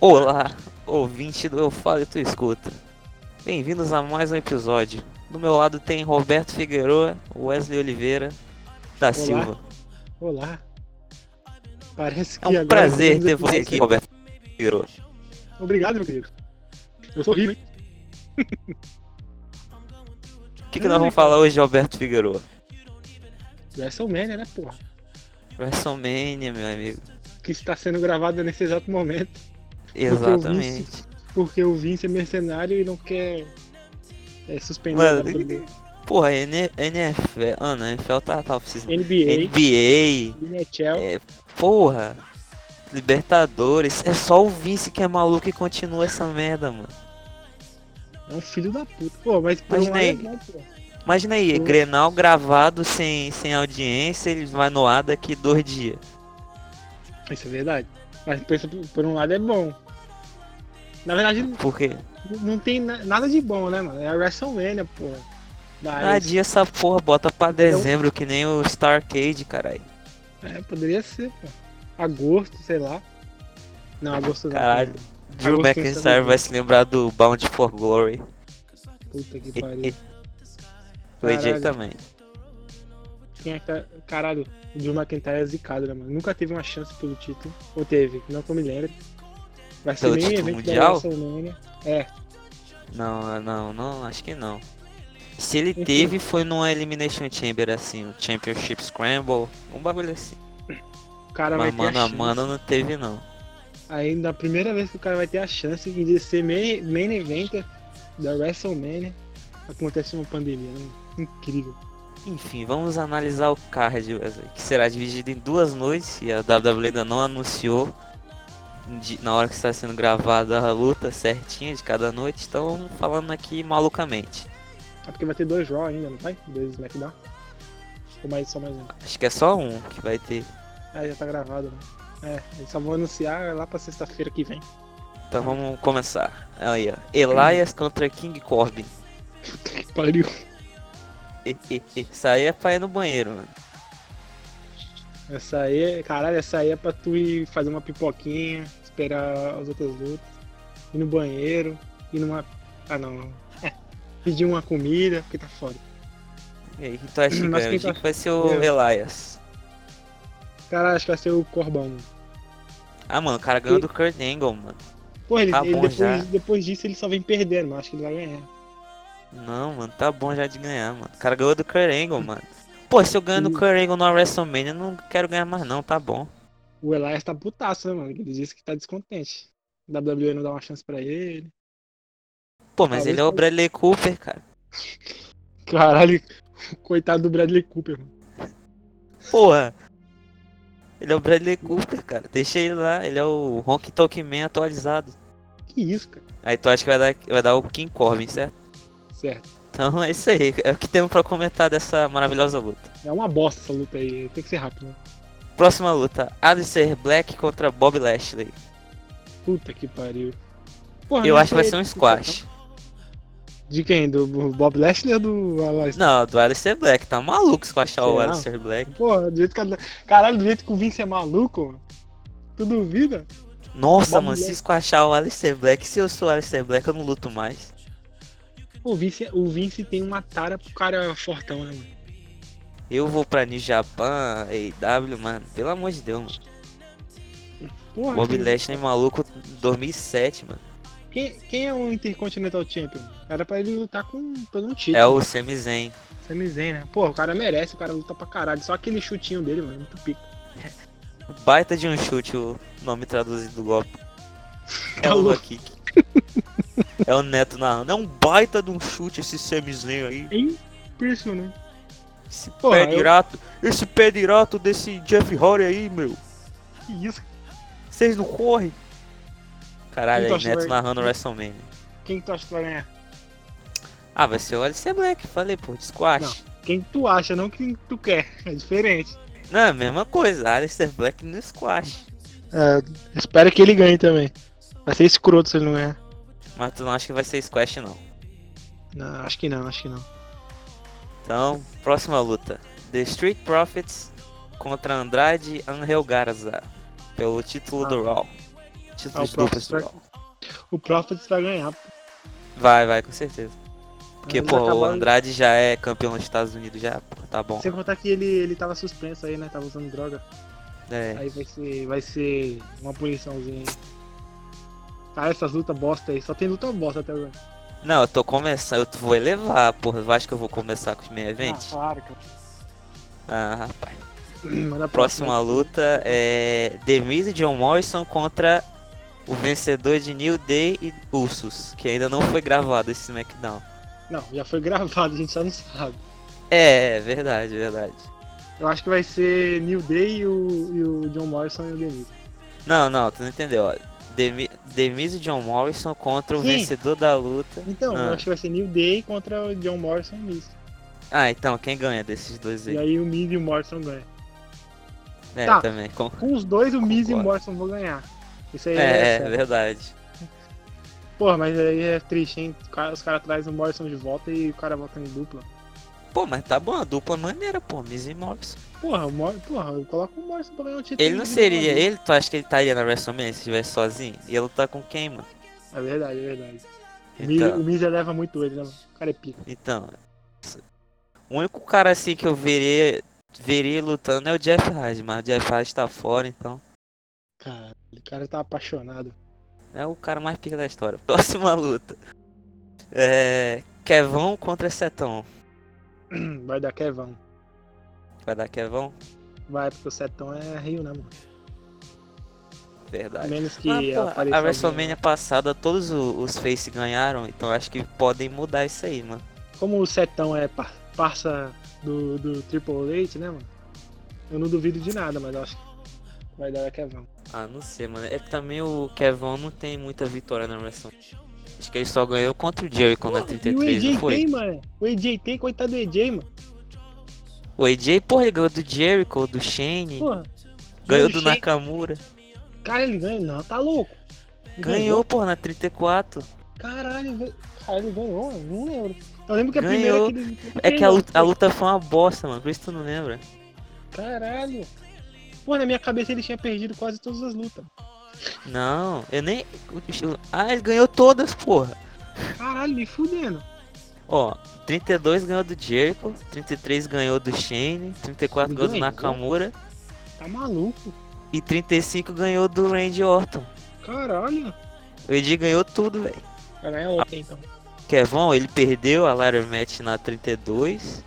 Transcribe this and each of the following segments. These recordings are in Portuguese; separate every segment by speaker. Speaker 1: Olá, ouvinte do Eu Falo e Tu Escuta. Bem-vindos a mais um episódio. Do meu lado tem Roberto Figueroa, Wesley Oliveira da Silva.
Speaker 2: Olá. Parece que
Speaker 1: É um
Speaker 2: agora
Speaker 1: prazer
Speaker 2: temos
Speaker 1: ter você
Speaker 2: episódio.
Speaker 1: aqui, Roberto Figueroa.
Speaker 2: é Obrigado, meu querido. Eu sou rico, hein?
Speaker 1: O que, que
Speaker 2: Hum.
Speaker 1: nós vamos falar hoje, Roberto Figueroa?
Speaker 2: WrestleMania, né, porra?
Speaker 1: WrestleMania, meu amigo.
Speaker 2: Que está sendo gravada nesse exato momento.
Speaker 1: Exatamente.
Speaker 2: Porque o Vince é mercenário e não quer é, suspender
Speaker 1: Mano,
Speaker 2: a WWE.
Speaker 1: Porra, N- NFL. Ah, não, NFL tá, tá precisando.
Speaker 2: NBA,
Speaker 1: NBA.
Speaker 2: NHL.
Speaker 1: É, porra. Libertadores. É só o Vince que é maluco e continua essa merda, mano.
Speaker 2: É um filho da puta. Pô, mas por
Speaker 1: Mas
Speaker 2: um
Speaker 1: nem-
Speaker 2: lado, não, pô.
Speaker 1: Imagina aí,
Speaker 2: Hum.
Speaker 1: Grenal gravado sem, sem audiência, ele vai no ar daqui dois dias.
Speaker 2: Isso é verdade. Mas pensa, por- por um lado é bom. Na verdade,
Speaker 1: Porque
Speaker 2: não tem na- nada de bom, né, mano? É a WrestleMania, porra. Mas,
Speaker 1: adia essa porra, bota
Speaker 2: Então
Speaker 1: pra dezembro, que nem o Starcade, caralho.
Speaker 2: É, poderia ser, pô. Agosto, sei lá. Não, agosto não.
Speaker 1: Ah, Caralho. Drew
Speaker 2: Agosto tem
Speaker 1: McIntyre vai se lembrar do Bound for Glory.
Speaker 2: Puta que
Speaker 1: E-
Speaker 2: pariu.
Speaker 1: e- O AJ
Speaker 2: Caralho.
Speaker 1: também.
Speaker 2: Quem é que tá... Caralho, o Drew McIntyre é zicado, né, mano? Nunca teve uma chance pelo título. Ou teve, não que eu me lembre. Vai ser
Speaker 1: Pelo
Speaker 2: nem
Speaker 1: título
Speaker 2: evento
Speaker 1: mundial?
Speaker 2: da WrestleMania. É,
Speaker 1: Não, não, não, acho que não. Se ele
Speaker 2: Enfim.
Speaker 1: teve, foi numa Elimination Chamber, assim, um Championship Scramble, um bagulho assim.
Speaker 2: o cara vai
Speaker 1: Mas
Speaker 2: ter
Speaker 1: mano
Speaker 2: a
Speaker 1: a
Speaker 2: chance.
Speaker 1: mano não teve, não.
Speaker 2: Aí, na primeira vez que o cara vai ter a chance de ser main, main eventer da WrestleMania, né? acontece uma pandemia, né? mano? Incrível.
Speaker 1: Enfim, vamos analisar o card, Wesley, que será dividido em duas noites e a WWE ainda não anunciou de- na hora que está sendo gravada a luta certinha de cada noite, estão falando aqui malucamente.
Speaker 2: É porque vai ter dois Raw ainda, não vai? Dois SmackDown. Ou mais, só mais um.
Speaker 1: Acho que é só um que vai ter.
Speaker 2: Ah, já tá gravado, né? É, eles só vão anunciar lá pra sexta-feira que vem.
Speaker 1: Então vamos começar. Aí, ó. Elias contra King Corbin.
Speaker 2: Que pariu.
Speaker 1: E, e, e. Isso aí é pra ir no banheiro, mano.
Speaker 2: Essa aí, é- caralho, essa aí é pra tu ir fazer uma pipoquinha, esperar as outras lutas, ir no banheiro, ir numa. Ah, não. não. É, pedir uma comida, porque tá foda.
Speaker 1: E aí, que tu acha que
Speaker 2: Mas
Speaker 1: ganha?
Speaker 2: quem
Speaker 1: Eu digo
Speaker 2: tá-
Speaker 1: que vai ser o
Speaker 2: Eu.
Speaker 1: Elias.
Speaker 2: Caralho, acho que vai ser o Corbão.
Speaker 1: Ah, mano, o cara ganhou do Kurt Angle, mano.
Speaker 2: Porra, ele,
Speaker 1: Tá
Speaker 2: ele
Speaker 1: bom já.
Speaker 2: depois, depois disso ele só vem perdendo, mas acho que ele vai ganhar.
Speaker 1: Não, mano, tá bom já de ganhar, mano. O cara ganhou do Kurt Angle, mano. Pô, se eu ganho do Kurt Angle na WrestleMania, eu não quero ganhar mais não, tá bom.
Speaker 2: O Elias tá putaço, né, mano? Ele disse que tá descontente. A WWE não dá uma chance pra ele.
Speaker 1: Pô, mas
Speaker 2: Tá
Speaker 1: ele é o Bradley Cooper, cara.
Speaker 2: Caralho, coitado do Bradley Cooper, mano.
Speaker 1: Porra. Ele é o Bradley Cooper, cara. Deixa ele lá, ele é o Honky Tonk Man atualizado.
Speaker 2: Que isso, cara.
Speaker 1: Aí tu acha que vai dar, vai dar o King Corbin, certo?
Speaker 2: Certo.
Speaker 1: Então é isso aí, é o que temos pra comentar dessa maravilhosa luta.
Speaker 2: É uma bosta essa luta aí, tem que ser rápido. Né?
Speaker 1: Próxima luta, Alistair Black contra Bob Lashley.
Speaker 2: Puta que pariu. Porra,
Speaker 1: Eu
Speaker 2: não
Speaker 1: acho que vai
Speaker 2: sei
Speaker 1: ser um
Speaker 2: de-
Speaker 1: squash.
Speaker 2: De quem? Do Bob Lashley ou do Alice?
Speaker 1: Não, do Alistair Black, tá maluco squashar o
Speaker 2: Será?
Speaker 1: Alistair Black.
Speaker 2: Porra, do jeito que... a- Caralho, do jeito que o Vince é maluco, mano. Tu duvida?
Speaker 1: Nossa,
Speaker 2: Bob
Speaker 1: mano, se
Speaker 2: Black.
Speaker 1: esquachar o Alistair Black, se eu sou o Alistair Black, eu não luto mais.
Speaker 2: O Vince, o Vince tem uma tara pro cara fortão, né, mano?
Speaker 1: Eu vou pra New Japan, AEW, mano, pelo amor de Deus, mano.
Speaker 2: Porra,
Speaker 1: Bob
Speaker 2: quem-
Speaker 1: Lashley maluco 2007, mano.
Speaker 2: Quem, quem é o Intercontinental Champion? Era pra ele lutar com todo um título.
Speaker 1: É o Sami Zayn.
Speaker 2: Sami Zayn, né? Porra, o cara merece, o cara luta pra caralho. Só aquele chutinho dele, mano, muito pico.
Speaker 1: Baita de um chute o nome traduzido do golpe. É
Speaker 2: Tá
Speaker 1: o
Speaker 2: louco.
Speaker 1: Kick. É o Neto narrando. É um baita de um chute esse Sami Zayn aí.
Speaker 2: É impressionante.
Speaker 1: Esse
Speaker 2: Porra,
Speaker 1: pé
Speaker 2: eu-
Speaker 1: direto. Esse pé direto desse Jeff Horry aí, meu.
Speaker 2: Que isso,
Speaker 1: Vocês não correm? Caralho, aí,
Speaker 2: Então, acho que
Speaker 1: Neto
Speaker 2: vai-
Speaker 1: narrando WrestleMania.
Speaker 2: Quem tu acha que vai ganhar?
Speaker 1: Ah, vai ser o Alistair Black, falei, pô, de squash.
Speaker 2: Quem tu acha, não quem tu quer. É diferente.
Speaker 1: Não. é a mesma coisa, Alistair Black no squash.
Speaker 2: É, espero que ele ganhe também. Vai ser escroto se ele não ganhar.
Speaker 1: Mas tu não acha que vai ser squash, não.
Speaker 2: Não, acho que não, acho que não.
Speaker 1: Então, próxima luta. The Street Profits contra Andrade Angel Garza. Pelo título do Raw.
Speaker 2: Ah,
Speaker 1: títulos
Speaker 2: o
Speaker 1: do
Speaker 2: Profits vai,
Speaker 1: pessoal.
Speaker 2: o Profits vai ganhar.
Speaker 1: Vai, vai, com certeza. Porque,
Speaker 2: Eles
Speaker 1: pô, o
Speaker 2: acabaram-
Speaker 1: Andrade já é campeão dos Estados Unidos, já, pô, tá bom.
Speaker 2: Sem contar que ele, ele tava suspenso aí, né? Tava usando droga.
Speaker 1: É,
Speaker 2: Aí vai ser, vai ser uma puniçãozinha aí. Cara, essas lutas bosta aí. Só tem luta bosta até agora.
Speaker 1: Não, eu tô começando, eu t- vou elevar, porra. Eu acho que eu vou começar com os meus eventos.
Speaker 2: Ah, claro, cara.
Speaker 1: Ah, rapaz.
Speaker 2: Mas na
Speaker 1: Próxima luta é Demise e John Morrison contra o vencedor de New Day e Usos, que ainda não foi gravado esse SmackDown.
Speaker 2: Não, já foi gravado, a gente só não sabe.
Speaker 1: É, é verdade, verdade.
Speaker 2: Eu acho que vai ser New Day e o, e o John Morrison e o Denis.
Speaker 1: Não, não, tu não entendeu, ó. Demi- Demise e John Morrison contra o
Speaker 2: Sim.
Speaker 1: vencedor da luta.
Speaker 2: Então,
Speaker 1: Ah.
Speaker 2: eu acho que vai ser New Day contra o John Morrison e o Miz.
Speaker 1: Ah, então, quem ganha desses dois
Speaker 2: E
Speaker 1: aí?
Speaker 2: aí o Miz e o Morrison ganham.
Speaker 1: É,
Speaker 2: Tá.
Speaker 1: também. com-
Speaker 2: Com os dois, o Miz e o
Speaker 1: Concordo.
Speaker 2: Morrison vão ganhar. Isso aí é,
Speaker 1: É, é
Speaker 2: certo.
Speaker 1: verdade.
Speaker 2: Porra, mas aí é triste, hein? Os caras cara trazem o Morrison de volta e o cara volta em dupla.
Speaker 1: Pô, mas tá bom, a dupla maneira, pô, Miz e Morrison.
Speaker 2: Porra, o Mor porra eu coloco o Morrison pra ganhar o título. né?
Speaker 1: Ele não
Speaker 2: individual
Speaker 1: seria.
Speaker 2: ali.
Speaker 1: Ele, tu acha que ele estaria na WrestleMania se estivesse sozinho? Ia lutar com quem, mano?
Speaker 2: É verdade, é verdade. O Miz- O
Speaker 1: Então,
Speaker 2: Miz eleva muito ele, né? mano? O cara é pica.
Speaker 1: então. O único cara assim que eu veria, veria lutando é o Jeff Hardy, mas o Jeff Hardy tá fora, então.
Speaker 2: Caralho, o cara tá apaixonado.
Speaker 1: É o cara mais pica da história. Próxima luta. É. Kevão contra Setão.
Speaker 2: Hum, Vai dar Kevão.
Speaker 1: Vai dar Kevão?
Speaker 2: Vai, porque o Setão é Rio, né, mano?
Speaker 1: Verdade.
Speaker 2: Menos que né?
Speaker 1: Ah, pô,
Speaker 2: apareça
Speaker 1: a
Speaker 2: alguém-
Speaker 1: WrestleMania passada todos o- os Face ganharam, então acho que podem mudar isso aí, mano.
Speaker 2: Como o Setão é par parça do, do Triple H, né, mano? Eu não duvido de nada, mas eu acho que vai dar Kevão.
Speaker 1: Ah, não sei, mano. É que também o Kevão não tem muita vitória na WrestleMania. Acho que ele só ganhou contra o Jericho na
Speaker 2: E o
Speaker 1: 33, não
Speaker 2: AJ
Speaker 1: foi?
Speaker 2: tem, mano. O AJ tem, coitado do AJ, mano.
Speaker 1: O AJ, porra, ele ganhou do Jericho, do Shane,
Speaker 2: Porra.
Speaker 1: ganhou
Speaker 2: o
Speaker 1: do
Speaker 2: Shane-
Speaker 1: Nakamura.
Speaker 2: Cara, ele ganhou, não, tá louco. Ele
Speaker 1: Ganhou, porra, na 34.
Speaker 2: Caralho, velho. Cara, ele ganhou, mano. Não lembro. Eu lembro que a
Speaker 1: Ganhou.
Speaker 2: primeira que ele.
Speaker 1: É que a luta, a luta foi uma bosta, mano. Por isso tu não lembra.
Speaker 2: Caralho. Pô, na minha cabeça ele tinha perdido quase todas as lutas.
Speaker 1: Não, eu nem. Ah, ele ganhou todas, porra.
Speaker 2: Caralho, me fudendo.
Speaker 1: Ó, 32 ganhou do Jericho, 33 ganhou do Shane, 34 ganhou do
Speaker 2: Ganhou.
Speaker 1: Nakamura
Speaker 2: Tá maluco.
Speaker 1: e 35 ganhou do Randy Orton.
Speaker 2: Caralho.
Speaker 1: O AJ ganhou tudo, velho.
Speaker 2: Vai ganhar outra então.
Speaker 1: Kevon, ele perdeu a Ladder Match na 32.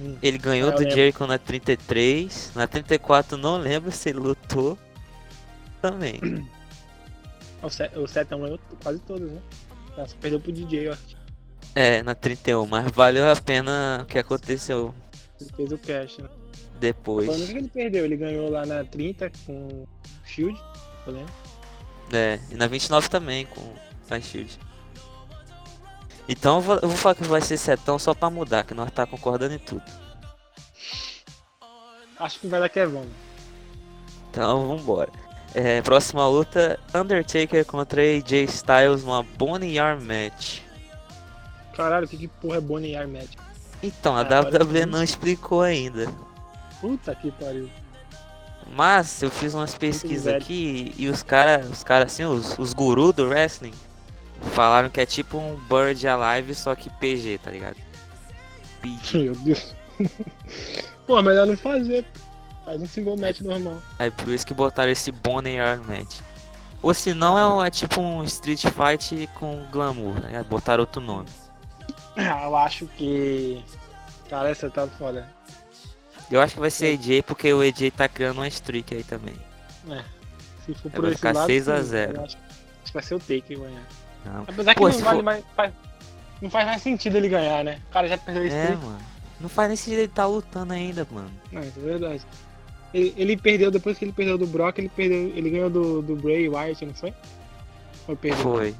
Speaker 2: Hum.
Speaker 1: Ele ganhou
Speaker 2: Ah, eu
Speaker 1: do
Speaker 2: lembro.
Speaker 1: Jericho na 33. Na 34, não lembro se ele lutou. Também.
Speaker 2: Ah, O Se- O Setão ganhou quase todas, né? Nossa, perdeu pro DJ, ó.
Speaker 1: É, na 31. Mas valeu a pena o que aconteceu
Speaker 2: Ele fez o cash, né? Foi o único
Speaker 1: depois.
Speaker 2: que ele perdeu. Ele ganhou lá na 30 com o Shield, eu lembro.
Speaker 1: É, e na 29 também, com a Shield. Então eu vou, eu vou falar que vai ser setão só pra mudar, que nós tá concordando em tudo.
Speaker 2: Acho que vai dar Kevão.
Speaker 1: Então vambora. É, próxima luta, Undertaker contra AJ Styles numa Boneyard Match.
Speaker 2: Caralho, que, que porra é Boneyard Match?
Speaker 1: Então, a
Speaker 2: Cara,
Speaker 1: WWE
Speaker 2: olha-
Speaker 1: não explicou ainda.
Speaker 2: Puta que pariu.
Speaker 1: Mas eu fiz umas pesquisas
Speaker 2: velho.
Speaker 1: aqui e os caras, os caras assim, os, os gurus do wrestling, falaram que é tipo um Bird Alive, só que PG, tá ligado? PG.
Speaker 2: Meu Deus. Pô, melhor não fazer. Faz um single match normal.
Speaker 1: Aí por isso que botaram esse Boneyard Match. Ou se não, é, um- é tipo um Street Fight com glamour, né? botaram outro nome.
Speaker 2: Ah, Eu acho que. Cara, essa tá foda.
Speaker 1: Eu acho que vai ser AJ, porque o AJ tá criando uma streak aí também.
Speaker 2: Se for
Speaker 1: É,
Speaker 2: por
Speaker 1: vai
Speaker 2: esse
Speaker 1: ficar
Speaker 2: lado.
Speaker 1: 6 a
Speaker 2: sim,
Speaker 1: 0.
Speaker 2: eu Acho, acho que vai ser o Take ganhar.
Speaker 1: Não.
Speaker 2: Apesar que
Speaker 1: Pô,
Speaker 2: não
Speaker 1: se
Speaker 2: vale
Speaker 1: for-
Speaker 2: mais. faz- não faz mais sentido ele ganhar, né? O cara já perdeu esse
Speaker 1: É,
Speaker 2: streak.
Speaker 1: mano. Não faz nem sentido ele tá lutando ainda, mano.
Speaker 2: Não, isso é verdade. Ele, ele perdeu, depois que ele perdeu do Brock, ele perdeu. Ele ganhou do, do Bray Wyatt, não foi? Ou perdeu?
Speaker 1: Foi.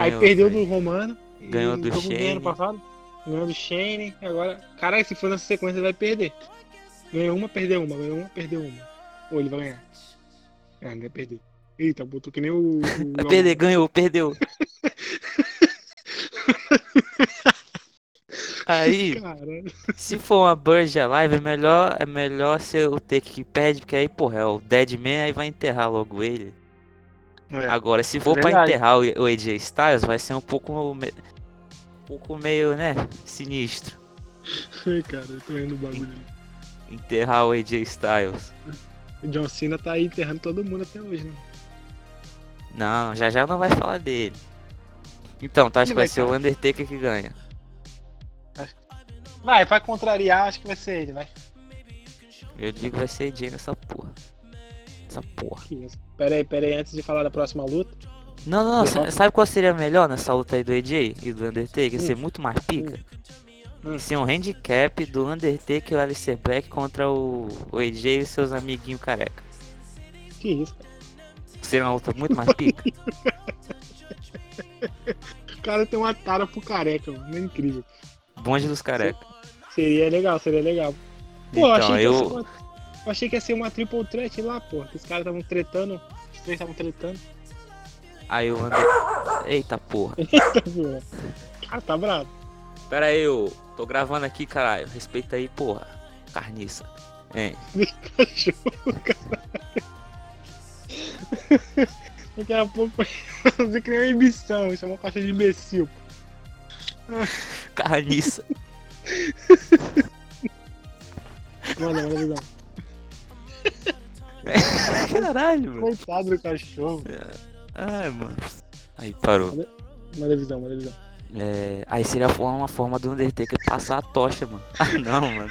Speaker 2: Aí perdeu
Speaker 1: velho.
Speaker 2: do Romano. e
Speaker 1: Ganhou do
Speaker 2: jogou bem
Speaker 1: Shane.
Speaker 2: ano passado. Ganhou do Shane. e Agora, caralho, se for nessa sequência, ele vai perder. Ganhou uma, perdeu uma. Ganhou uma, perdeu uma. Ou ele vai ganhar. Ah, não vai perder. Eita, botou que nem o. o
Speaker 1: Vai perder, ganhou, perdeu. Aí,
Speaker 3: É.
Speaker 2: Caralho.
Speaker 1: se for uma Burge Alive, é melhor, é melhor ser o Take que perde, porque aí, porra, é o Deadman, aí vai enterrar logo ele.
Speaker 2: É.
Speaker 1: Agora, se for pra
Speaker 3: Verdade.
Speaker 1: enterrar o o AJ Styles, vai ser um pouco, me- um pouco meio, né, sinistro.
Speaker 2: Ai, cara, eu tô rindo do bagulho. ali.
Speaker 1: Enterrar o AJ Styles.
Speaker 2: O John Cena tá aí enterrando todo mundo até hoje, né?
Speaker 1: Não, já já não vai falar dele. Então, tá, acho
Speaker 3: Ele
Speaker 1: que vai
Speaker 3: vai,
Speaker 1: ser o Undertaker que ganha.
Speaker 3: Vai, vai contrariar, acho que vai ser ele, vai.
Speaker 1: Eu digo vai ser AJ nessa porra. Essa porra.
Speaker 2: Que isso. Pera aí, pera aí, antes de falar da próxima luta.
Speaker 1: Não, não, não.
Speaker 2: Legal.
Speaker 1: sa- Sabe qual seria melhor nessa luta aí do AJ e do Undertaker? Ser muito mais pica?
Speaker 2: Hum.
Speaker 1: Ser um handicap do Undertaker e o Alistair Black contra o, o AJ e seus amiguinhos careca.
Speaker 2: Que isso, cara.
Speaker 1: Seria uma luta muito mais pica.
Speaker 2: O cara tem uma tara pro careca, mano. É incrível.
Speaker 1: Bonde dos careca.
Speaker 2: Seria legal, seria legal. Pô, eu
Speaker 1: Então,
Speaker 2: achei, que ia ser
Speaker 1: eu.
Speaker 2: uma... eu achei que ia ser uma triple threat lá, pô. Que os caras estavam tretando. Os três estavam tretando.
Speaker 1: Aí o Under... Eita porra.
Speaker 2: Tá zoando. cara, tá bravo.
Speaker 1: Pera aí, eu tô gravando aqui, caralho. Respeita aí, porra. Carniça. É, Hein?
Speaker 2: Cachorro, cara. Daqui a pouco você criou uma ambição. Chamou o caixa de imbecil.
Speaker 1: Carniça.
Speaker 2: Mano, maravilhoso.
Speaker 1: Caralho, mano.
Speaker 2: Coitado do cachorro.
Speaker 1: Ai, mano. Aí parou.
Speaker 2: Maravilhão, maravilhão.
Speaker 1: É, Aí seria uma forma- uma forma do Undertaker passar a tocha, mano. Ah, não, mano.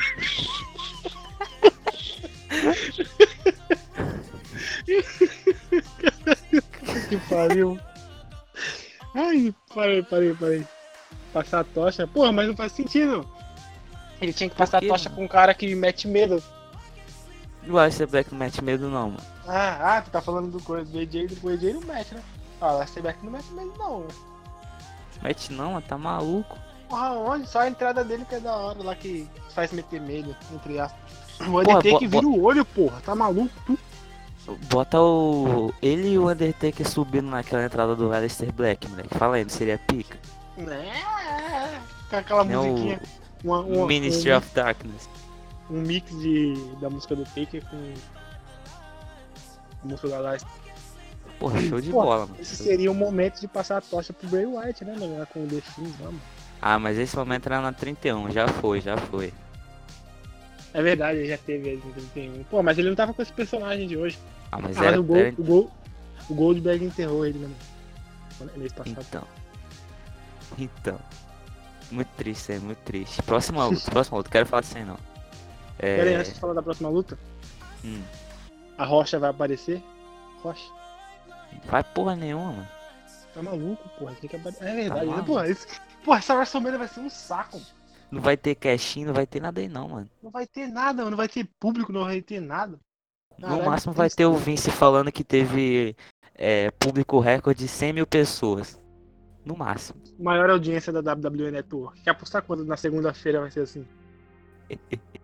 Speaker 2: Que pariu. Ai, parei, parei, parei. Passar a tocha. Porra, mas não faz sentido. Ele tinha que passar
Speaker 1: quê,
Speaker 2: a tocha
Speaker 1: mano?
Speaker 2: com um cara que mete medo.
Speaker 1: E o Alistair Black não mete medo, não, mano.
Speaker 2: Ah, ah, tu tá falando do coisa do AJ, do AJ não mete, né? Ah, o Estebeck não mete medo não. né?
Speaker 1: Mete não, mano. Tá maluco.
Speaker 2: Porra, onde? Só a entrada dele que é da hora lá que faz meter medo, entre aspas. O
Speaker 1: Porra,
Speaker 2: Undertaker
Speaker 1: bo-
Speaker 2: vira o olho, porra. Tá maluco? Tu
Speaker 1: Bota o. Ele e o Undertaker subindo naquela entrada do Alistair Black, moleque. Fala aí, não seria pica?
Speaker 2: né? Com aquela
Speaker 1: Né,
Speaker 2: musiquinha.
Speaker 1: o
Speaker 2: Uma, uma-
Speaker 1: Ministry
Speaker 2: um,
Speaker 1: of Darkness.
Speaker 2: um mix de, da música do Taker com a música da Last.
Speaker 1: Porra, show de
Speaker 2: Porra,
Speaker 1: bola, mano.
Speaker 2: Esse seria o momento de passar a tocha pro Bray Wyatt, né, mano? Lá Com o The Fiend, lá, mano.
Speaker 1: Ah, mas esse momento era na 31, já foi, já foi.
Speaker 2: É verdade, ele já teve ele em 31. Pô, mas ele não tava com esse personagem de hoje.
Speaker 1: Ah, mas
Speaker 2: Ah, mas
Speaker 1: era.
Speaker 2: o, gol,
Speaker 1: era-
Speaker 2: o, gol, o Goldberg enterrou ele, né, mano? Mês passado.
Speaker 1: Então. Então. Muito triste, é muito triste. Próxima luta, próxima luta, quero falar disso aí não. É.
Speaker 2: Pera aí, antes de falar da próxima luta,
Speaker 1: hum,
Speaker 2: a Rocha vai aparecer? Rocha?
Speaker 1: vai porra nenhuma, mano.
Speaker 2: Tá maluco, porra. Tem que aparecer. É
Speaker 1: Tá
Speaker 2: verdade, né?
Speaker 1: maluco.
Speaker 2: Porra, esse... porra, essa WrestleMania vai ser um saco, mano.
Speaker 1: Não vai ter cashinho, não vai ter nada aí não, mano.
Speaker 2: Não vai ter nada, mano. Não vai ter público, não vai ter nada.
Speaker 1: no
Speaker 2: Caralho,
Speaker 1: máximo
Speaker 2: que
Speaker 1: vai
Speaker 2: triste.
Speaker 1: ter o Vince falando que teve é, público recorde de 100 mil pessoas. No máximo.
Speaker 2: maior audiência da WWE Network. Quer apostar quando na segunda-feira vai ser assim?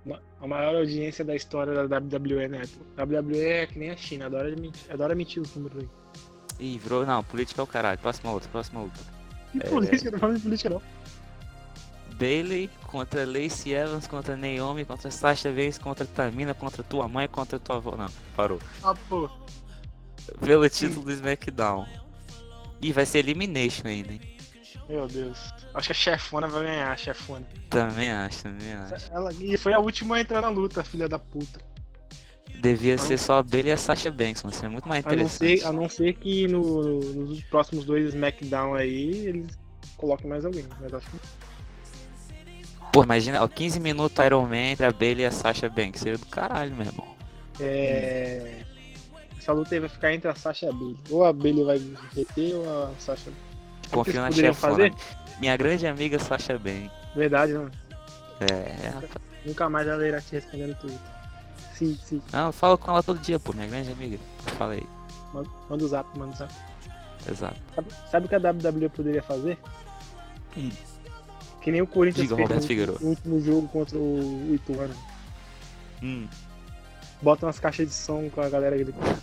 Speaker 2: Ma- A maior audiência da história da WWE Network. WWE é que nem a China, adora mentir, adora mentir os números aí.
Speaker 1: Ih, virou. Não, política é o caralho. Próxima luta, próxima luta.
Speaker 2: E
Speaker 1: É
Speaker 2: política, não fala de política não.
Speaker 1: Bailey contra Lacey Evans, contra Naomi, contra Sasha Banks, contra Tamina, contra tua mãe, contra tua avó. Não, parou.
Speaker 2: Ah, pô.
Speaker 1: Pelo título do SmackDown. Ih, vai ser Elimination ainda, hein?
Speaker 2: Meu Deus. Acho que a chefona vai ganhar, a chefona.
Speaker 1: Também acho, também acho.
Speaker 2: É, Ela... E foi a última a entrar na luta, filha da puta.
Speaker 1: Devia ser só a Bailey e a Sasha Banks, mas seria muito mais
Speaker 2: A não
Speaker 1: interessante.
Speaker 2: ser, a não ser que no- nos próximos dois SmackDown aí, eles coloquem mais alguém. Mas acho que
Speaker 1: Pô, imagina, ó, 15 minutos Iron Man entre a Bailey e a Sasha Banks. Seria do caralho, meu irmão.
Speaker 2: É... Essa luta aí vai ficar entre a Sasha e a Bailey. Ou a Bailey vai reter ou a Sasha.
Speaker 1: Confio na
Speaker 2: eles poderiam
Speaker 1: chefona. Minha grande amiga Sasha Banks.
Speaker 2: Verdade, né?
Speaker 1: É, rapaz.
Speaker 2: Nunca mais ela irá te responder no Twitter. Sim, sim.
Speaker 1: Não, eu falo com ela todo dia, pô. Minha grande amiga. Falei,
Speaker 2: Manda, manda o zap, manda o zap.
Speaker 1: exato.
Speaker 2: Sabe, sabe o que a WWE poderia fazer?
Speaker 1: Hum.
Speaker 2: Que nem o Corinthians
Speaker 1: Diga,
Speaker 2: fez
Speaker 1: Roberto
Speaker 2: no
Speaker 1: Figueiredo.
Speaker 2: no último jogo contra o Ituano.
Speaker 1: Hum.
Speaker 2: Bota umas caixas de som com a galera gritando.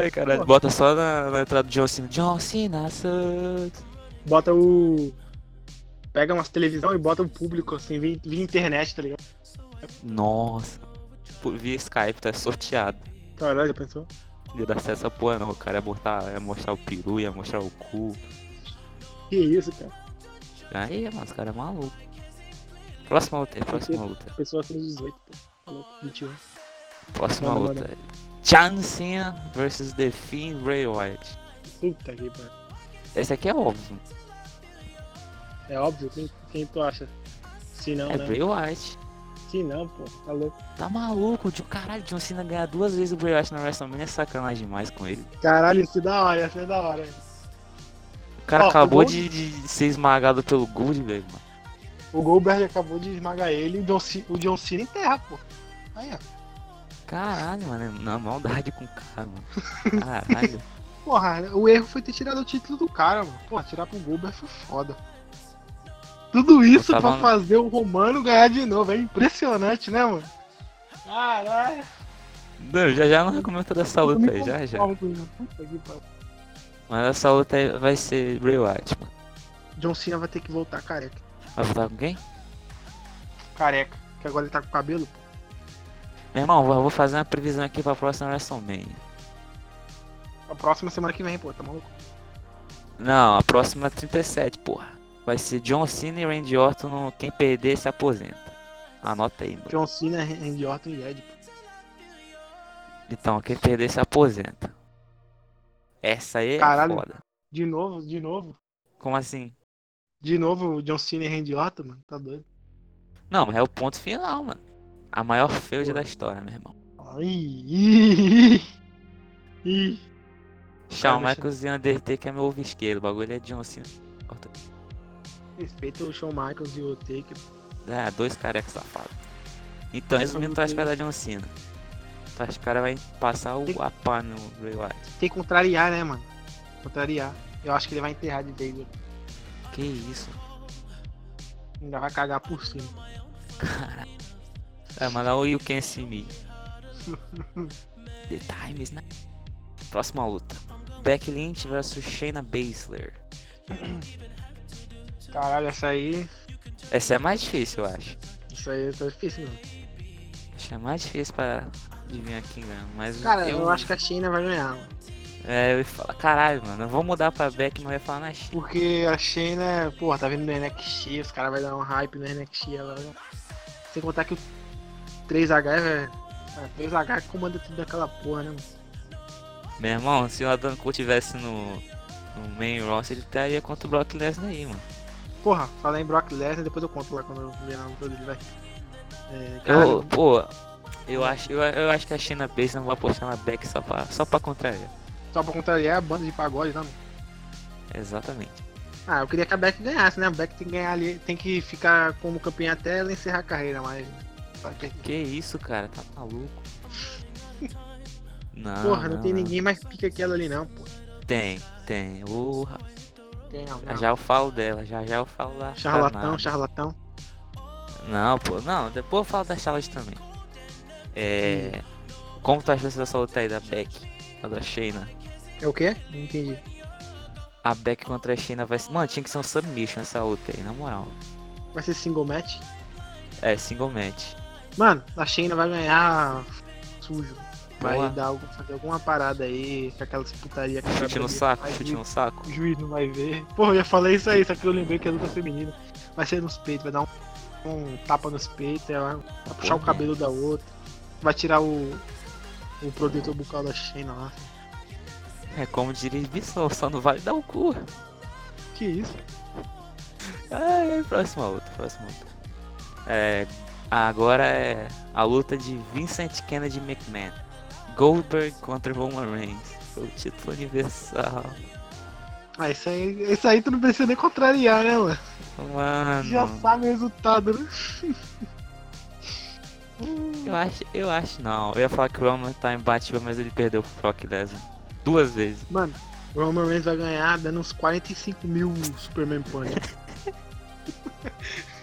Speaker 1: Ai, caralho.
Speaker 2: Pô.
Speaker 1: Bota só na, na entrada do John Cena. John Cena sucks.
Speaker 2: Bota o. Pega umas televisão e bota o público assim, via, via internet, tá ligado?
Speaker 1: Nossa. Por, Tipo, via Skype, tá sorteado.
Speaker 2: Caralho, já pensou?
Speaker 1: ia dar certo essa porra não, cara. Ia mostrar, ia mostrar o peru, ia mostrar o cu.
Speaker 2: Que isso, cara.
Speaker 1: Aí, mano, os caras é maluco. Próxima luta aí, próxima luta.
Speaker 2: Pessoa fez 18, pô. Tá Falou, 21.
Speaker 1: Próxima
Speaker 2: Manda,
Speaker 1: luta. John Cena versus The Fiend Ray Wyatt.
Speaker 2: Puta que pariu.
Speaker 1: Esse aqui é óbvio.
Speaker 2: É óbvio, quem, quem tu acha? Se não,
Speaker 1: é
Speaker 2: né?
Speaker 1: Bray Wyatt.
Speaker 2: Se não, pô. Tá louco.
Speaker 1: Tá maluco? De caralho, John Cena ganhar duas vezes o Bray Wyatt na WrestleMania é sacanagem demais com ele.
Speaker 2: Caralho, isso é da hora, isso é da hora.
Speaker 1: O cara
Speaker 2: Ó, o
Speaker 1: acabou
Speaker 2: Gold-
Speaker 1: de, de ser esmagado pelo Goldberg, mano.
Speaker 2: O Goldberg acabou de esmagar ele e o John C- o John Cena enterra, pô. Aí, ó.
Speaker 1: Caralho, mano, é na maldade com o cara, mano. Caralho.
Speaker 2: Porra, o erro foi ter tirado o título do cara, mano. Porra, tirar pro Goldberg foi foda. Tudo isso
Speaker 1: Eu tava-
Speaker 2: pra fazer o Romano ganhar de novo. É impressionante, né, mano? Caralho.
Speaker 1: Não, já já não comenta dessa
Speaker 2: eu me
Speaker 1: luta Tá aí, já já.
Speaker 2: conformo com isso. Puta que pariu.
Speaker 1: Mas essa luta aí vai ser Bray Wyatt, mano.
Speaker 2: John Cena vai ter que voltar careca.
Speaker 1: Vai lutar com quem?
Speaker 2: Careca. Que agora ele tá com cabelo, pô.
Speaker 1: Meu irmão, eu vou fazer uma previsão aqui pra próxima WrestleMania.
Speaker 2: A próxima semana que vem, pô. Tá maluco?
Speaker 1: Não, a próxima é 37, porra. Vai ser John Cena e Randy Orton. no- Quem perder se aposenta. Anota aí, mano.
Speaker 2: John Cena, Randy Orton e Ed, pô.
Speaker 1: Então, quem perder se aposenta. Essa aí é
Speaker 2: Caralho.
Speaker 1: foda.
Speaker 2: De novo, de novo.
Speaker 1: Como assim?
Speaker 2: De novo, o John Cena e Randy Orton, mano. Tá doido.
Speaker 1: Não, mas é o ponto final, mano. A maior feud
Speaker 2: Porra.
Speaker 1: da história, meu irmão.
Speaker 2: Ai, ih, ih, ih.
Speaker 1: Shawn
Speaker 2: vai ser-
Speaker 1: Michaels e Undertaker é meu ovo esquerdo. O bagulho é John Cena. Orton.
Speaker 2: Respeita o Shawn Michaels e o Taker.
Speaker 1: Ah, dois carecas safados. Então,
Speaker 2: Vai
Speaker 1: resumindo, tu
Speaker 2: fazer o
Speaker 1: acha que vai dar John Cena. Tu acha que o cara vai passar o, a pá no Bray Wyatt?
Speaker 2: Tem que contrariar, né, mano? Contrariar. Eu acho que ele vai enterrar de vez. né?
Speaker 1: Que isso?
Speaker 2: Ainda vai cagar por cima.
Speaker 1: É, mas não You Can See Me. The time is now. Próxima luta. Beck Lynch versus Shayna Baszler.
Speaker 2: Caralho, essa aí.
Speaker 1: Essa é mais difícil, eu acho.
Speaker 2: Isso aí tá difícil, mano.
Speaker 1: Acho que é mais difícil pra adivinhar quem ganha. Mas
Speaker 2: Cara, eu, acho que a China vai ganhar, mano.
Speaker 1: É, eu ia falar, caralho, mano, eu vou mudar pra Beck, mas eu ia falar é na China.
Speaker 2: Porque a China, porra, tá vindo no NXT, os caras vão dar um hype no NXT. Ela vai... Sem contar que o 3H é. é, 3H que comanda tudo daquela porra, né, mano?
Speaker 1: Meu irmão, se o Adam Cole tivesse no, no main roster, ele estaria contra o Brock Lesnar aí, mano.
Speaker 2: Porra, falar em Brock Lesnar, depois eu conto lá quando eu um ver na luta dele, vai. É,
Speaker 1: Eu,
Speaker 2: caralho,
Speaker 1: pô, eu acho, eu, eu acho que a China Base não vai apostar na Beck só pra, só pra contrariar.
Speaker 2: só pra contrariar a banda de pagode, não, mano?
Speaker 1: Exatamente.
Speaker 2: Ah, eu queria que a Beck ganhasse, né? A Beck tem que ganhar ali, tem que ficar como campeã até ela encerrar a carreira, mas. vai ter-
Speaker 1: Que isso, cara? Tá maluco? Não,
Speaker 2: Porra, não, tem
Speaker 1: Ah, não.
Speaker 2: ninguém mais pica que ela ali, não, pô.
Speaker 1: Tem, tem. Ô, ra-
Speaker 2: Tem não. não.
Speaker 1: já eu falo dela, já já eu falo da.
Speaker 2: Charlatão,
Speaker 1: da-
Speaker 2: charlatão.
Speaker 1: Não, pô, não, depois eu falo da Charlotte também. É. Como tu achou dessa luta aí da Beck? A da Shayna?
Speaker 2: É o quê? Não entendi.
Speaker 1: A Beck contra a Shayna vai ser. Mano, tinha que ser um submission essa luta aí, na moral.
Speaker 2: Vai ser single match?
Speaker 1: É, single match.
Speaker 2: Mano, a Shayna vai ganhar sujo. Vai
Speaker 1: Boa.
Speaker 2: dar algum- fazer alguma parada aí, com aquelas putaria que
Speaker 1: Chute
Speaker 2: ela
Speaker 1: no
Speaker 2: vai
Speaker 1: saco,
Speaker 2: ver,
Speaker 1: chute no saco.
Speaker 2: O juiz não vai ver. Porra, eu ia falar isso aí, só que eu lembrei que é luta feminina. Vai ser nos peitos, vai dar um, um tapa nos peitos, ela vai puxar o
Speaker 1: Porra.
Speaker 2: cabelo da outra, vai tirar o, o protetor bucal da Shayna lá.
Speaker 1: É como diria Bissol, só não vale dar o cu.
Speaker 2: Que isso?
Speaker 1: Ai, ai, Ah, é, próxima luta, próxima luta. É, agora é a luta de Vincent Kennedy McMahon. Goldberg contra Roman Reigns. O título universal.
Speaker 2: Ah, isso aí, isso aí tu não precisa nem contrariar, né, mano? Já
Speaker 1: Mano,
Speaker 2: sabe o resultado, né?
Speaker 1: eu acho, eu acho não. Eu ia falar que o Roman tá imbatível, mas ele perdeu pro Brock Lesnar. Duas vezes.
Speaker 2: Mano, o Roman Reigns vai ganhar dando uns 45 mil Superman Punch.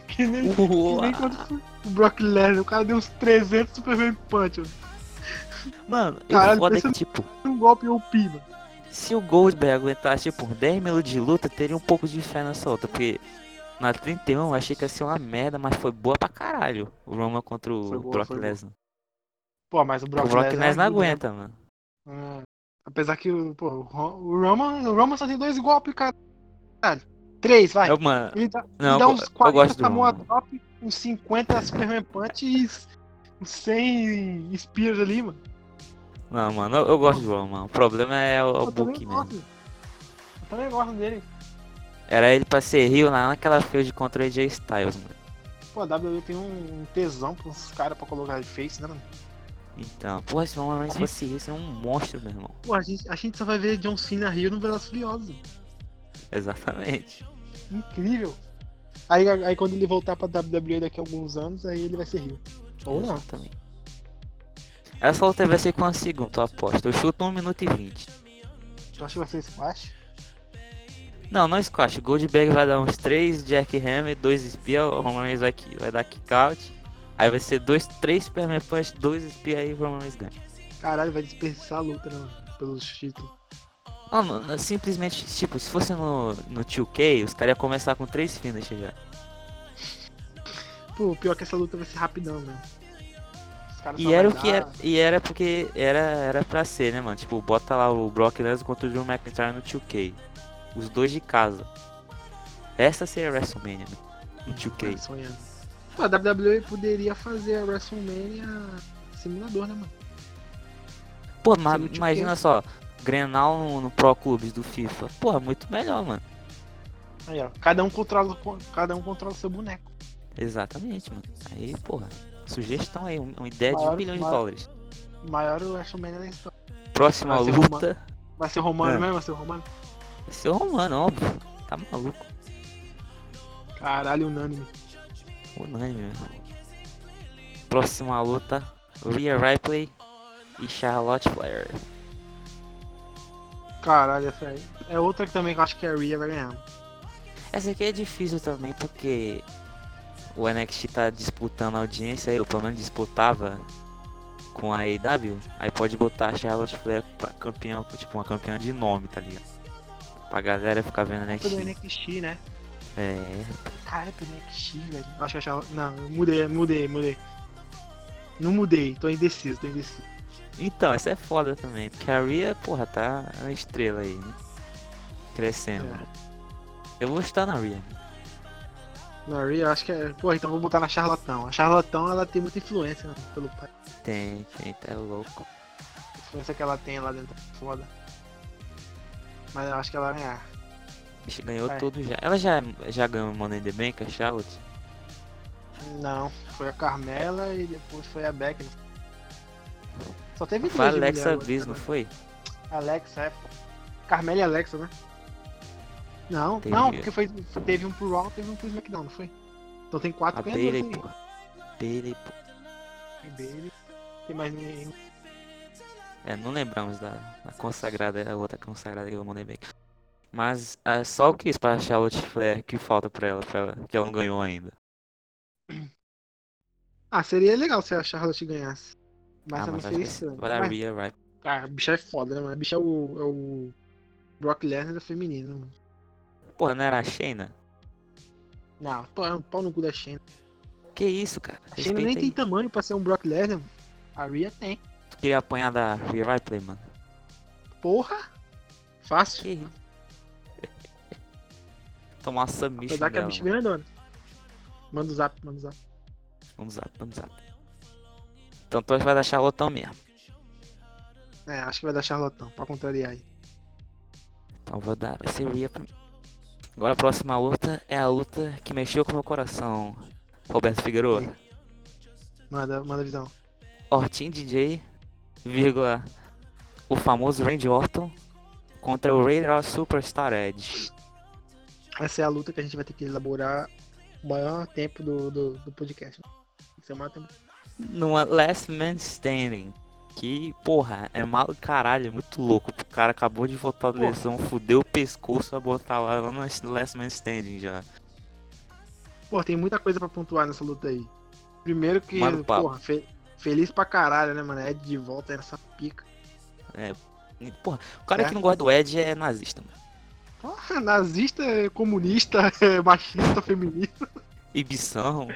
Speaker 2: que nem, que nem quando foi o Brock Lesnar, o cara deu uns 300 Superman Punch. mano.
Speaker 1: Mano, e o
Speaker 2: Caralho,
Speaker 1: foda é
Speaker 2: pensa-
Speaker 1: que, tipo,
Speaker 2: Um golpe OP, mano.
Speaker 1: se o Goldberg aguentasse, tipo, 10 minutos de luta, teria um pouco de fé nessa luta. Porque na 31 eu achei que ia ser uma merda, mas foi boa pra caralho. O Roman contra o
Speaker 2: Foi boa,
Speaker 1: Brock
Speaker 2: foi boa.
Speaker 1: Lesnar.
Speaker 2: Pô, mas o Brock,
Speaker 1: o Brock
Speaker 2: Lesnar
Speaker 1: Lesnar não
Speaker 2: ajuda, né?
Speaker 1: aguenta, mano.
Speaker 2: Ah, Apesar que o, pô, o Ro- o Roman, o Roman só tem dois golpes, cara. Caralho. Três, vai.
Speaker 1: Eu, mano,
Speaker 2: Ele dá, ele
Speaker 1: não,
Speaker 2: dá
Speaker 1: eu,
Speaker 2: uns
Speaker 1: eu gosto
Speaker 2: 40
Speaker 1: do
Speaker 2: Samoa
Speaker 1: Roman.
Speaker 2: Drop, uns 50 Superman Punch e s- uns 100 Spears ali, mano.
Speaker 1: Não, mano, eu, eu gosto do Roman. O problema é o, o
Speaker 2: Eu também
Speaker 1: Book mesmo.
Speaker 2: gosto. Eu também gosto dele.
Speaker 1: Era ele pra ser Rio lá naquela feud contra o AJ Styles, mano.
Speaker 2: Pô, a WWE tem um um tesão pros caras pra colocar de face, né, mano?
Speaker 1: Então, porra, esse Roman Reigns fosse isso, é um monstro, meu irmão.
Speaker 2: Pô, a gente, a gente só vai ver John Cena Rio no Velas Furiosos.
Speaker 1: Exatamente.
Speaker 2: Incrível. Aí, aí quando ele voltar pra WWE daqui a alguns anos, aí ele vai ser Rio. Ou não.
Speaker 1: Exatamente. Essa luta vai ser com a segunda, eu aposto. Eu chuto 1 minuto e 20.
Speaker 2: Tu acha que vai ser squash?
Speaker 1: Não, não squash. Goldberg vai dar uns 3 Jack Hammer, 2 Spear, o Roman Reigns vai, ki- vai dar kick out. Aí vai ser 2, 3 Superman Punch, 2 Spear e o Roman Reigns ganha.
Speaker 2: Caralho, vai desperdiçar a luta, né, mano? Pelos títulos.
Speaker 1: Não, não, não, simplesmente, tipo, se fosse no, no 2K, os caras iam começar com 3 finishes já.
Speaker 2: Pô, pior é que essa luta vai ser rapidão, né? Os caras só
Speaker 1: E era o
Speaker 2: vai
Speaker 1: que
Speaker 2: dar-
Speaker 1: era, e era porque era, era pra ser, né, mano? Tipo, bota lá o Brock Lesnar contra o Drew McIntyre no 2K. Os dois de casa. Essa seria a WrestleMania, né? No 2K.
Speaker 2: Sonhando. Pô, a WWE poderia fazer a WrestleMania simulador, né, mano?
Speaker 1: Pô, ma-
Speaker 2: no 2K.
Speaker 1: imagina só, Grenal no, no Pro Clubes do FIFA. Pô, muito melhor, mano.
Speaker 2: Aí, ó. Cada um controla, cada um controla seu boneco.
Speaker 1: Exatamente, mano. Aí, porra, sugestão aí, um- uma ideia de um
Speaker 2: Maior-
Speaker 1: bilhão de
Speaker 2: maior-
Speaker 1: dólares.
Speaker 2: Maior WrestleMania da história.
Speaker 1: Próxima
Speaker 2: Vai ser
Speaker 1: luta,
Speaker 2: Vai ser romano
Speaker 1: É.
Speaker 2: mesmo? Vai ser romano?
Speaker 1: seu Romano, óbvio. Tá maluco,
Speaker 2: Caralho, unânime.
Speaker 1: unânime. meu irmão. Próxima luta, Rhea Ripley e Charlotte Flair.
Speaker 2: Caralho, essa aí. É outra que também que eu acho que a Rhea vai ganhar.
Speaker 1: Essa aqui é difícil também porque o NXT tá disputando a audiência, eu pelo menos disputava com a AEW, aí pode botar a Charlotte Flair pra campeã, tipo uma campeã de nome, tá ligado? Pra galera ficar vendo
Speaker 2: Pelo
Speaker 1: NXT.
Speaker 2: NXT, né?
Speaker 1: É,
Speaker 2: Cara, pelo NXT, velho. Eu Acho que a Charlotte. Não, eu mudei, mudei, mudei. Não mudei, tô indeciso, tô indeciso.
Speaker 1: Então, essa é foda também, porque a Rhea, porra, tá uma estrela aí, né?
Speaker 2: É,
Speaker 1: Crescendo. Eu vou estar na Rhea.
Speaker 2: Na Rhea, eu acho que é. Pô, então vou botar na Charlatão. A Charlatão, ela tem muita influência, né? Pelo pai.
Speaker 1: Tem, tem, tá louco.
Speaker 2: A influência que ela tem lá dentro é foda. Mas eu acho que ela ah, vai ganhar.
Speaker 1: Bicho, Ganhou
Speaker 2: Vai.
Speaker 1: tudo já. Ela já, já ganhou o Money in the Bank, a Charlotte?
Speaker 2: Não, foi a Carmela e depois foi a Beck. né. Só teve
Speaker 1: Foi a
Speaker 2: duas. de mulher
Speaker 1: Alexa
Speaker 2: agora,
Speaker 1: Bliss,
Speaker 2: né?
Speaker 1: não foi?
Speaker 2: Alexa, é. pô. Carmela e Alexa, né? Não,
Speaker 1: Teve.
Speaker 2: não, porque foi, foi- teve um pro Raw, teve um pro SmackDown, não foi? Então tem
Speaker 1: A
Speaker 2: quatro
Speaker 1: Bailey,
Speaker 2: ganhadores
Speaker 1: porra. Bailey, porra.
Speaker 2: aí. Bailey. Tem mais ninguém.
Speaker 1: É, não lembramos da, da consagrada, a outra consagrada que eu mandei bem. Mas é só o que isso pra Charlotte Flair que falta pra ela, pra ela, que ela não ganhou ainda.
Speaker 2: Ah, seria legal se a Charlotte ganhasse. Mas
Speaker 1: ah,
Speaker 2: eu não
Speaker 1: mas
Speaker 2: sei
Speaker 1: acho
Speaker 2: isso. né?
Speaker 1: que vai dar
Speaker 2: Mas-
Speaker 1: Rhea, right?
Speaker 2: Ah, a bicha é foda, né, mano? A bicha é o, é o Brock Lesnar feminino, mano.
Speaker 1: Porra, não era a Shayna?
Speaker 2: Não, pô, é um pau no cu da Shayna.
Speaker 1: Que isso, cara?
Speaker 2: A Shayna nem
Speaker 1: Respeita aí.
Speaker 2: tem tamanho pra ser um Brock Lesnar. mano. A Rhea tem.
Speaker 1: Tu queria apanhar da Rhea Ripley, mano.
Speaker 2: Porra! Fácil.
Speaker 1: Que isso? Tomar uma submission
Speaker 2: Apesar que a
Speaker 1: dela,
Speaker 2: bicha é
Speaker 1: mano.
Speaker 2: grandona. Manda o zap, manda o zap.
Speaker 1: Vamos zap, vamos zap. Então tu vai dar charlotão mesmo.
Speaker 2: É, acho que vai dar charlatão, pra contrariar aí.
Speaker 1: Então vou dar, vai ser Rhea pra mim. Agora a próxima luta é a luta que mexeu com o meu coração. Roberto Figueroa.
Speaker 2: Manda, manda visão.
Speaker 1: Ortin DJ, vírgula, o famoso Randy Orton contra o Radar Superstar Edge.
Speaker 2: Essa é a luta que a gente vai ter que elaborar o maior tempo do, do, do podcast. né? Tem que ser o maior tempo.
Speaker 1: Numa Last Man Standing. Que, porra, é mal caralho, é muito louco. O cara acabou de voltar da
Speaker 2: Porra.
Speaker 1: lesão, fudeu o pescoço pra botar lá, lá no Last Man Standing já.
Speaker 2: Pô, tem muita coisa pra pontuar nessa luta aí. Primeiro que,
Speaker 1: Manda o papo.
Speaker 2: porra, fe- feliz pra caralho, né, mano? Ed de volta aí nessa pica.
Speaker 1: E, porra, o cara
Speaker 2: É.
Speaker 1: que não gosta do Edge é nazista, mano.
Speaker 2: Porra, nazista, comunista, é machista, feminista,
Speaker 1: Ibição.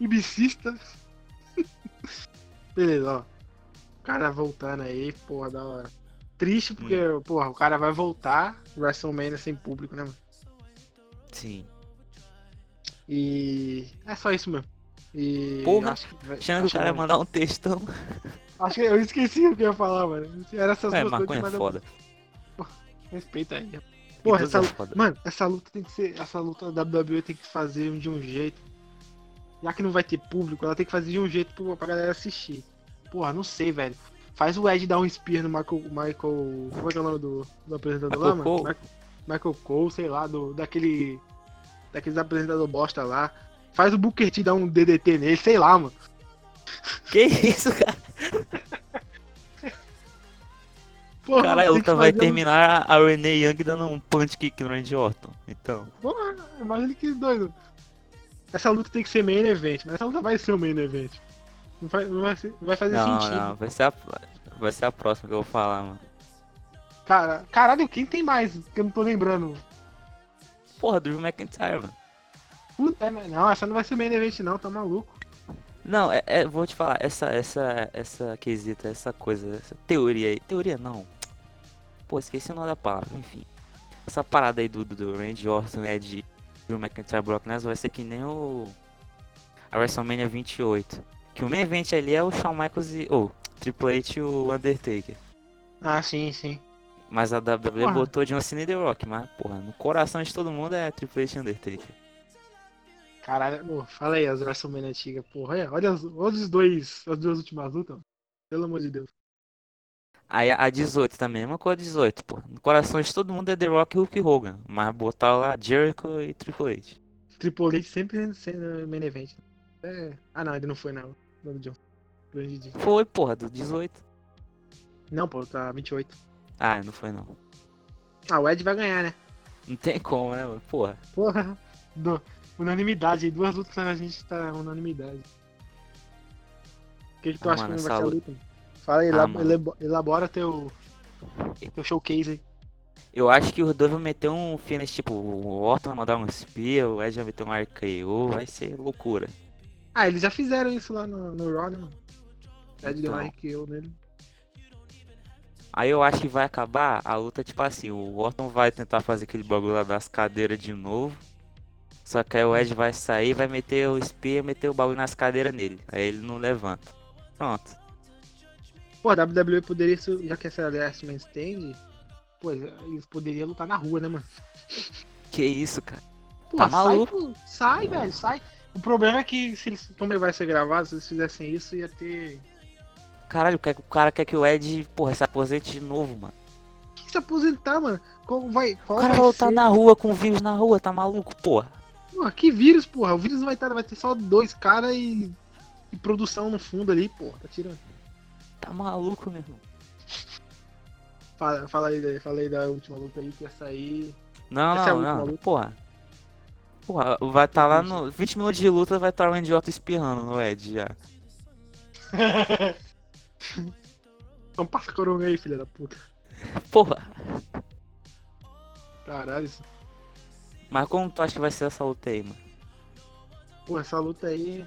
Speaker 2: ibicista. Beleza, ó. O cara voltando aí, porra, da hora. Triste porque,
Speaker 1: Hum.
Speaker 2: porra, o cara vai voltar WrestleMania sem público, né, mano?
Speaker 1: Sim.
Speaker 2: E é só isso mesmo. E
Speaker 1: Porra,
Speaker 2: acho que, vai-
Speaker 1: Achando que
Speaker 2: acho
Speaker 1: o cara ia
Speaker 2: não.
Speaker 1: mandar um textão.
Speaker 2: Acho que eu esqueci o que eu ia falar, mano. Era essas
Speaker 1: É,
Speaker 2: duas coisas,
Speaker 1: maconha é
Speaker 2: mas eu-
Speaker 1: foda.
Speaker 2: Respeita aí. Porra,
Speaker 1: Idoso
Speaker 2: essa,
Speaker 1: é foda.
Speaker 2: mano, essa luta tem que ser. Essa luta da WWE tem que fazer de um jeito. Já que não vai ter público, ela tem que fazer de um jeito pro- pra galera assistir. Porra, não sei, velho. Faz o Ed dar um spear no Michael. Michael como é que é o nome do, do apresentador
Speaker 1: Michael
Speaker 2: lá, mano?
Speaker 1: Cole.
Speaker 2: Michael- Michael Cole, sei lá, do, daquele. Daqueles apresentador bosta lá. Faz o Booker T dar um DDT nele, sei lá, mano.
Speaker 1: Que isso, cara?
Speaker 2: Porra,
Speaker 1: Caralho, a
Speaker 2: tem que
Speaker 1: luta vai
Speaker 2: fazer um-
Speaker 1: terminar a Renee Young dando um punch kick no Randy Orton. Então,
Speaker 2: Porra, imagina que doido. Essa luta tem que ser main event, mas essa luta vai ser o main event. Não vai, não vai, ser- não vai fazer
Speaker 1: não,
Speaker 2: sentido.
Speaker 1: não, vai ser, a, vai ser a próxima que eu vou falar, mano.
Speaker 2: Cara, caralho, quem tem mais? Que eu não tô lembrando.
Speaker 1: Porra, Drew McIntyre, mano.
Speaker 2: Puta, mas não, essa não vai ser main event não, tá maluco.
Speaker 1: Não, é, é- vou te falar, essa, essa, essa quesita, essa coisa, essa teoria aí. Teoria não. Pô, esqueci o nome da palavra, enfim. Essa parada aí do, do, do Randy Orton, né, de Drew McIntyre Brock Lesnar vai ser que nem o. A WrestleMania 28. Que o main event ali é o Shawn Michaels e. Ou, Triple H e o Undertaker.
Speaker 2: Ah, sim, sim.
Speaker 1: Mas a WWE
Speaker 2: Porra.
Speaker 1: botou John Cena e The Rock, mas, porra, no coração de todo mundo é Triple H e Undertaker.
Speaker 2: Caralho, pô, fala aí, as WrestleMania antigas, porra. é, olha, as- olha os dois, as duas últimas lutas. mano. Pelo amor de Deus.
Speaker 1: Aí a a 18 também, a mesma coisa a 18, pô. No coração de todo mundo é The Rock e Hulk Hogan. Mas botar lá Jericho e Triple H.
Speaker 2: Triple H sempre sendo main event. É... Ah, não, ele não foi, não. Não, John. Grande dia.
Speaker 1: Foi, porra, do 18.
Speaker 2: Não, pô, tá 28.
Speaker 1: Ah, não foi não.
Speaker 2: Ah, o Ed vai ganhar, né?
Speaker 1: Não tem como, né, mano? Porra.
Speaker 2: Porra, do- unanimidade. Duas lutas a gente tá unanimidade. O que, que tu
Speaker 1: Ah,
Speaker 2: acha
Speaker 1: mano,
Speaker 2: que não vai
Speaker 1: essa
Speaker 2: ser a
Speaker 1: lu-
Speaker 2: luta? Fala aí,
Speaker 1: Ah,
Speaker 2: elab-
Speaker 1: mano.
Speaker 2: elabo- elabora teu, teu showcase aí.
Speaker 1: Eu acho que os dois vão meter um finish, tipo, o Orton vai mandar um spear, o Edge vai meter um RKO, vai ser loucura.
Speaker 2: Ah, eles já fizeram isso lá no, no Raw, né, mano? Ted deu
Speaker 1: Então.
Speaker 2: mais que eu nele.
Speaker 1: Aí eu acho que vai acabar a luta, tipo assim, o Orton vai tentar fazer aquele bagulho lá das cadeiras de novo. Só que aí o Edge vai sair, vai meter o spear, meter o bagulho nas cadeiras nele. Aí ele não levanta. Pronto.
Speaker 2: Pô, a WWE poderia, isso- já que essa é a Last Man Stand, pô, eles poderiam lutar na rua, né, mano?
Speaker 1: Que isso, cara.
Speaker 2: Pô,
Speaker 1: Tá
Speaker 2: sai,
Speaker 1: maluco?
Speaker 2: pô, sai, velho, sai. O problema é que se eles, como ele vai ser gravado, se eles fizessem isso, ia ter...
Speaker 1: Caralho, quer- o cara quer que o Ed, porra, se aposente de novo, mano.
Speaker 2: Tem que se aposentar, mano. Qual vai... Qual
Speaker 1: O cara vai
Speaker 2: vai
Speaker 1: voltar
Speaker 2: ser?
Speaker 1: na rua com vírus na rua, tá maluco, porra.
Speaker 2: Porra, que vírus, porra. O vírus vai, tá, vai ter só dois caras e, e produção no fundo ali, porra. Tá tirando.
Speaker 1: Tá maluco, meu irmão.
Speaker 2: Fala, fala aí, daí, fala aí da última luta aí que ia sair.
Speaker 1: Não,
Speaker 2: Essa é a
Speaker 1: não,
Speaker 2: última
Speaker 1: não,
Speaker 2: luta.
Speaker 1: porra. Porra, vai tá lá no. 20 minutos de luta vai estar tá o Randy Orton espirrando no Ed já.
Speaker 2: Então passa coronga aí, filha da puta.
Speaker 1: Porra.
Speaker 2: Caralho, isso-
Speaker 1: Mas como tu acha que vai ser essa luta aí, mano?
Speaker 2: porra, essa luta aí.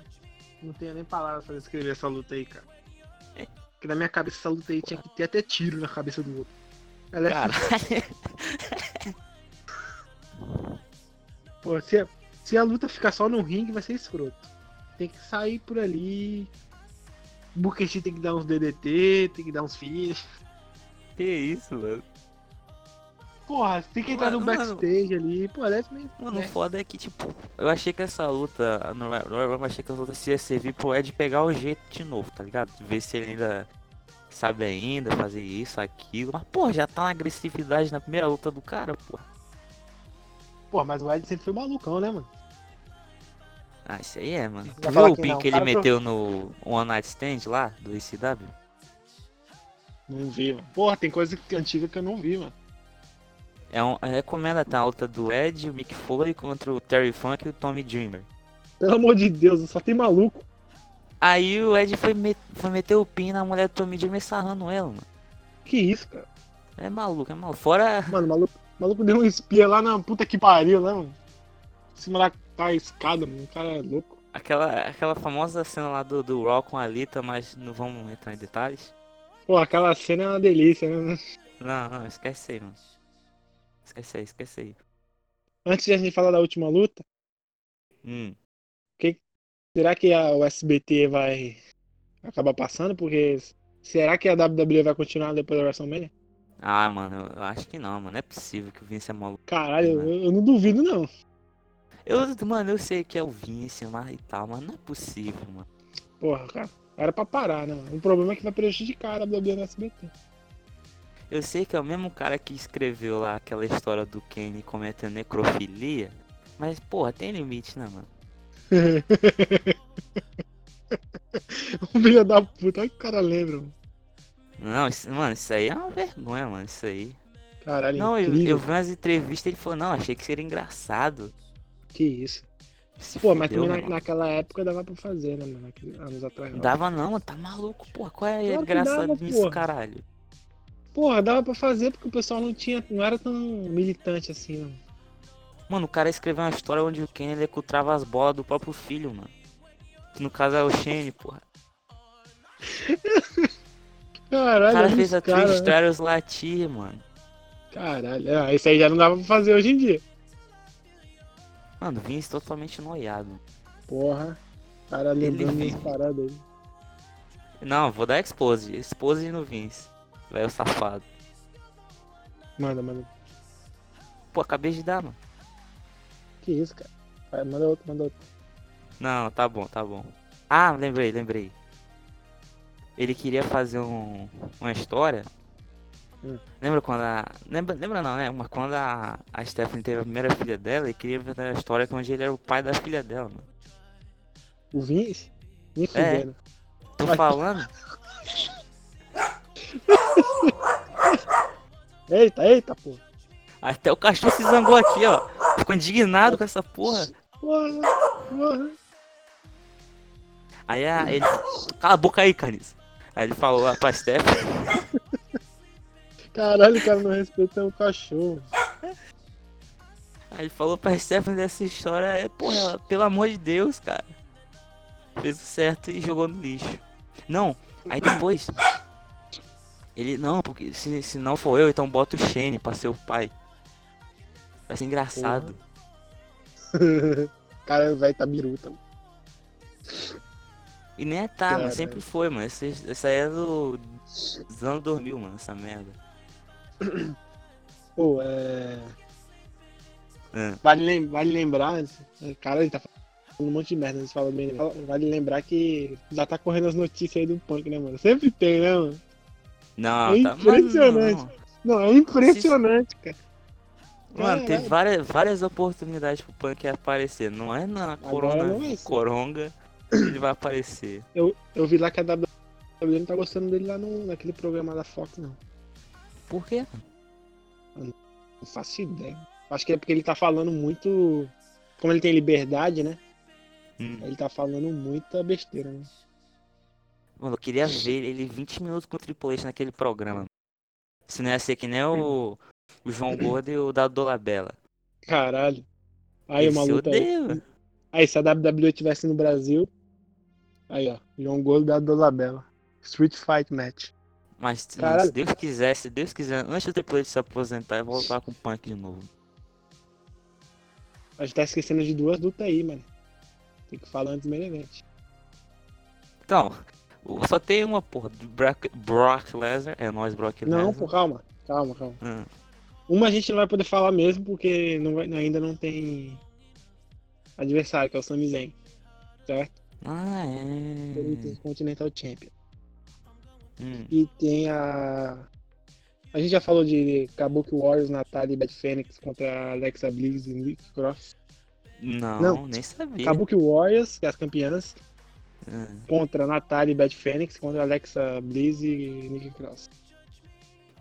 Speaker 2: Não tenho nem palavras pra descrever essa luta aí, cara.
Speaker 1: É.
Speaker 2: Porque na minha cabeça essa luta aí tinha que ter até tiro na cabeça do outro. Ela é
Speaker 1: Cara,
Speaker 2: Pô, se, a- se a luta ficar só no ringue, vai ser escroto. Tem que sair por ali. Booker T tem que dar uns DDT, tem que dar uns finish.
Speaker 1: que isso, mano.
Speaker 2: Porra, tem que entrar no
Speaker 1: Mano, mano.
Speaker 2: backstage ali. Pô, aliás, meio.
Speaker 1: Mano,
Speaker 2: né?
Speaker 1: o foda é que, tipo, eu achei que essa luta. No Royal Rumble, é, eu achei que essa luta se ia servir pro Ed pegar o jeito de novo, tá ligado? Ver se ele ainda sabe ainda fazer isso, aquilo. Mas, porra, já tá na agressividade na primeira luta do cara, porra.
Speaker 2: Pô, mas o Ed sempre foi malucão, né, mano?
Speaker 1: Ah, isso aí é, mano.
Speaker 2: Vai
Speaker 1: Tu viu
Speaker 2: falar
Speaker 1: o
Speaker 2: que
Speaker 1: pin
Speaker 2: não.
Speaker 1: que ele
Speaker 2: Cara, eu tô-
Speaker 1: meteu no One Night Stand lá, do ECW?
Speaker 2: Não vi, mano. Porra, tem coisa que- antiga que eu não vi, mano.
Speaker 1: É um, eu recomendo até a luta do Ed, o Mick Foley contra o Terry Funk e o Tommy Dreamer.
Speaker 2: Pelo amor de Deus, só tem maluco.
Speaker 1: Aí o Ed foi, me- foi meter o pin na mulher do Tommy Dreamer sarrando ela, mano.
Speaker 2: Que isso, cara.
Speaker 1: É maluco, é maluco. Fora.
Speaker 2: Mano, o maluco, o maluco deu um espia lá na puta que pariu, né, mano? Em cima da da escada, mano. O cara é louco.
Speaker 1: Aquela, aquela famosa cena lá do, do Raw com a Alita, mas não vamos entrar em detalhes.
Speaker 2: Pô, aquela cena é uma delícia, né?
Speaker 1: Não, não, esquece aí, mano. Esquece aí, esquece aí.
Speaker 2: Antes de a gente falar da última luta,
Speaker 1: Hum.
Speaker 2: será que a, o SBT vai acabar passando? Porque será que a WWE vai continuar depois da WrestleMania?
Speaker 1: Ah, mano, eu acho que não, mano. Não é possível que o Vince é maluco.
Speaker 2: Caralho, eu, eu não duvido não.
Speaker 1: Eu, mano, eu sei que é o Vince lá e tal, mas não é possível, mano.
Speaker 2: Porra, cara. Era pra parar, né, mano? O problema é que vai prejudicar a WWE no SBT.
Speaker 1: Eu sei que é o mesmo cara que escreveu lá aquela história do Kenny cometendo necrofilia, mas, porra, tem limite, né, mano?
Speaker 2: O filho da puta, olha que o cara lembra, mano.
Speaker 1: Não, isso- mano, isso aí é uma vergonha, mano, isso aí.
Speaker 2: Caralho,
Speaker 1: Não, eu,
Speaker 2: incrível.
Speaker 1: eu vi umas entrevistas e ele falou, não, achei que seria engraçado.
Speaker 2: Que isso.
Speaker 1: Se
Speaker 2: Pô, mas
Speaker 1: fudeu, né,
Speaker 2: também na-
Speaker 1: mano.
Speaker 2: naquela época dava pra fazer, né, mano? Aqueles Anos atrás.
Speaker 1: Não dava não, mano, tá maluco, porra, qual é
Speaker 2: Claro
Speaker 1: a
Speaker 2: que
Speaker 1: graça
Speaker 2: dava,
Speaker 1: disso,
Speaker 2: porra.
Speaker 1: caralho?
Speaker 2: Porra, dava pra fazer porque o pessoal não tinha. não era tão militante assim, né?
Speaker 1: Mano, o cara escreveu uma história onde o Kenny executava as bolas do próprio filho, mano. Que no caso é o Shane, porra. O
Speaker 2: Caralho,
Speaker 1: cara
Speaker 2: olha
Speaker 1: fez
Speaker 2: os
Speaker 1: a
Speaker 2: cara,
Speaker 1: Twitch
Speaker 2: né?
Speaker 1: Trials latir, mano.
Speaker 2: Caralho, ah, isso aí já não dava pra fazer hoje em dia.
Speaker 1: Mano, o Vince totalmente noiado.
Speaker 2: Porra, cara lembrando
Speaker 1: Ele-
Speaker 2: das paradas aí.
Speaker 1: Não, vou dar expose. Expose no Vince. Velho safado.
Speaker 2: Manda, manda.
Speaker 1: Pô, acabei de dar, mano.
Speaker 2: Que isso, cara? Vai, manda outro, manda outro.
Speaker 1: Não, tá bom, tá bom. Ah, lembrei, lembrei. Ele queria fazer um, uma história.
Speaker 2: Hum.
Speaker 1: Lembra quando a. Lembra, lembra não, né? Mas quando a, a Stephanie teve a primeira filha dela, ele queria fazer a história onde ele era o pai da filha dela, mano.
Speaker 2: O Vince? Me
Speaker 1: É.
Speaker 2: fudendo.
Speaker 1: Tô
Speaker 2: Vai.
Speaker 1: falando?
Speaker 2: Eita, eita, porra.
Speaker 1: Até o cachorro se zangou aqui, ó. Ficou indignado com essa porra.
Speaker 2: Porra, porra.
Speaker 1: Aí a, ele. Cala a boca aí, Caniz. Aí ele falou lá pra Stephanie.
Speaker 2: Caralho, o cara não respeita o cachorro.
Speaker 1: Aí ele falou pra Stephanie dessa história. É, porra, ela, pelo amor de Deus, cara. Fez o certo e jogou no lixo. Não, aí depois. Ele, não, porque se, se não for eu, então bota o Shane pra ser o pai. Vai ser engraçado.
Speaker 2: cara vai tá biruta.
Speaker 1: E nem é tá,
Speaker 2: Cara.
Speaker 1: mano. Sempre foi, mano. Esse, essa aí é do. Dos anos 2000, mano, essa merda.
Speaker 2: Pô, é.
Speaker 1: Ah.
Speaker 2: Vale, lem- vale lembrar, cara, ele tá falando um monte de merda, eles falam bem. né? Vale lembrar que já tá correndo as notícias aí do punk, né, mano? Sempre tem, né, mano?
Speaker 1: Não,
Speaker 2: É
Speaker 1: tá mano,
Speaker 2: impressionante.
Speaker 1: não.
Speaker 2: Não, é impressionante, cara.
Speaker 1: Mano, tem
Speaker 2: Caralho.
Speaker 1: várias, várias oportunidades pro Punk aparecer. Não é na corona,
Speaker 2: não é isso.
Speaker 1: coronga que ele vai aparecer.
Speaker 2: Eu, eu vi lá que a WWE não tá gostando dele lá no, naquele programa da Fox, não.
Speaker 1: Por quê?
Speaker 2: Não faço ideia. Acho que é porque ele tá falando muito. Como ele tem liberdade, né?
Speaker 1: Hum.
Speaker 2: Ele tá falando muita besteira, né?
Speaker 1: Mano, eu queria ver ele 20 minutos com o Triple H naquele programa. Se não ia ser que nem o, o João Gordo e o da Dolabella.
Speaker 2: Caralho. Aí
Speaker 1: Esse
Speaker 2: uma
Speaker 1: eu
Speaker 2: luta.
Speaker 1: odeio.
Speaker 2: Aí, se a WWE tivesse no Brasil. Aí, ó. João Gordo da Dolabella. Street Fight Match.
Speaker 1: Mas mano,
Speaker 2: Caralho.
Speaker 1: se Deus quiser, se Deus quiser, antes do Triple H se aposentar, eu vou voltar com o Punk de novo.
Speaker 2: A gente tá esquecendo de duas lutas aí, mano. Tem que falar antes do main event.
Speaker 1: Então, o- só tem uma, porra. do Brock, Brock Lesnar. É nóis, Brock Lesnar.
Speaker 2: Não, pô, calma. Calma, calma.
Speaker 1: Hum.
Speaker 2: Uma a gente não vai poder falar mesmo, porque não vai- ainda não tem adversário, que é o Sami Zayn. Certo?
Speaker 1: Ah,
Speaker 2: Ele tem
Speaker 1: é.
Speaker 2: o Continental Champion.
Speaker 1: Hum.
Speaker 2: E tem a. A gente já falou de Kabuki Warriors, Natália e Bad Fênix contra Alexa Bliss e Nick Cross.
Speaker 1: Não,
Speaker 2: Não,
Speaker 1: nem sabia.
Speaker 2: Kabuki Warriors, que é as campeãs,
Speaker 1: Ah,
Speaker 2: contra Natália e Bad Fênix, contra Alexa Bliss e Nikki Cross.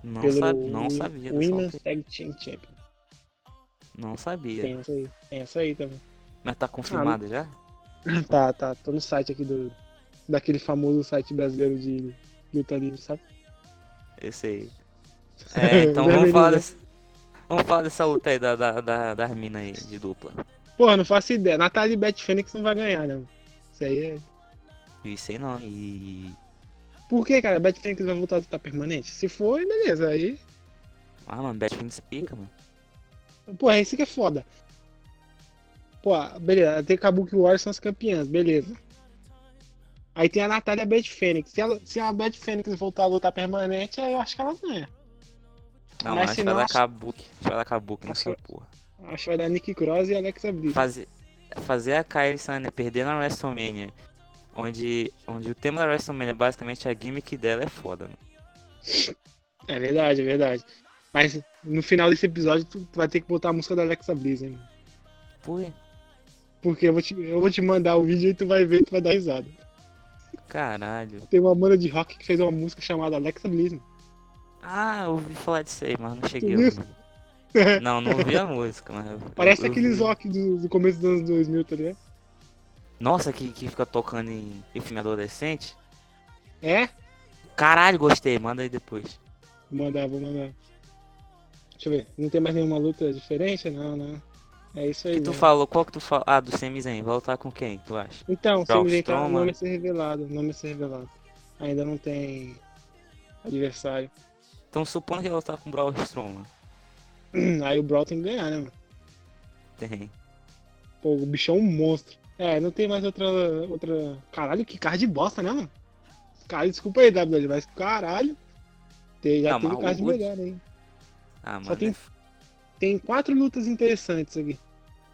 Speaker 1: Não,
Speaker 2: pelo
Speaker 1: sa- não sabia. dessa
Speaker 2: Women's
Speaker 1: luta.
Speaker 2: Tag Team Champion.
Speaker 1: Não sabia.
Speaker 2: Tem essa aí. Tem essa aí também.
Speaker 1: Mas
Speaker 2: Ah,
Speaker 1: tá confirmado já?
Speaker 2: Tá, tá. Tô no site aqui do. Daquele famoso site brasileiro de luta livre, sabe?
Speaker 1: Eu sei. É, então vamos
Speaker 2: Vermelhinho,
Speaker 1: falar
Speaker 2: né?
Speaker 1: desse... Vamos falar dessa luta aí da, da, da, das minas aí de dupla.
Speaker 2: Porra, não faço ideia. Natália e Bad Fênix não vai ganhar, né? Isso aí é.
Speaker 1: Isso aí não. E.
Speaker 2: Por que, cara? Bad Fênix vai voltar a lutar permanente? Se for, beleza. Aí
Speaker 1: Ah, mano, Bad Phoenix pica, mano.
Speaker 2: Porra, esse que é foda. Pô, beleza, tem Kabuki Warriors são as campeãs, beleza. Aí tem a Natália Bad Fênix. Se, ela, se a Bad Fênix voltar a lutar permanente, aí eu acho que ela ganha.
Speaker 1: Não,
Speaker 2: Mas
Speaker 1: mano, acho
Speaker 2: se
Speaker 1: que vai
Speaker 2: não,
Speaker 1: dar
Speaker 2: acho-
Speaker 1: Kabuki. Acho que vai dar Kabuki nessa
Speaker 2: Acho-
Speaker 1: porra.
Speaker 2: Acho que vai dar Nick Cross e Alexa Bliss.
Speaker 1: Fazer, fazer a Kairi Sane perder na WrestleMania, onde, onde o tema da WrestleMania basicamente a gimmick dela é foda, mano.
Speaker 2: É verdade, é verdade. Mas no final desse episódio, tu tu vai ter que botar a música da Alexa Bliss, hein?
Speaker 1: Pô,
Speaker 2: Porque eu vou, te, eu vou te mandar o vídeo e tu vai ver e tu vai dar risada.
Speaker 1: caralho.
Speaker 2: Tem uma banda de rock que fez uma música chamada Alexa Bliss. mano.
Speaker 1: Ah, eu ouvi falar disso aí, mas não cheguei. a
Speaker 2: viu?
Speaker 1: ouvir. Não, não ouvi a música, mas. eu-
Speaker 2: Parece
Speaker 1: eu- eu
Speaker 2: aqueles
Speaker 1: vi.
Speaker 2: rock do, do começo dos anos 2000, tá ligado?
Speaker 1: Nossa, que, que fica tocando em, em filme adolescente.
Speaker 2: É?
Speaker 1: Caralho, gostei, manda aí depois.
Speaker 2: Vou mandar, vou mandar. Deixa eu ver. Não tem mais nenhuma luta diferente? Não, não. É isso aí.
Speaker 1: Que tu
Speaker 2: mesmo.
Speaker 1: falou, qual que tu falou? Ah, do Sami Zayn, vai lutar com quem, tu acha?
Speaker 2: Então, se
Speaker 1: Braun
Speaker 2: eu inventar, o
Speaker 1: Strowman.
Speaker 2: nome a ser revelado. o Nome a ser revelado. Ainda não tem adversário.
Speaker 1: Então supondo que vai lutar com o Braun Strowman.
Speaker 2: Aí o Brawl tem que ganhar, né, mano?
Speaker 1: Tem.
Speaker 2: Pô, o bichão é um monstro. É, não tem mais outra. outra... Caralho, que card de bosta, né, mano? Cara, desculpa aí, WWE, mas caralho. Tem, já
Speaker 1: Não,
Speaker 2: teve
Speaker 1: mas
Speaker 2: card
Speaker 1: o-
Speaker 2: melhor, hein?
Speaker 1: Ah, mano.
Speaker 2: Só tem-
Speaker 1: é f-
Speaker 2: Tem quatro lutas interessantes aqui.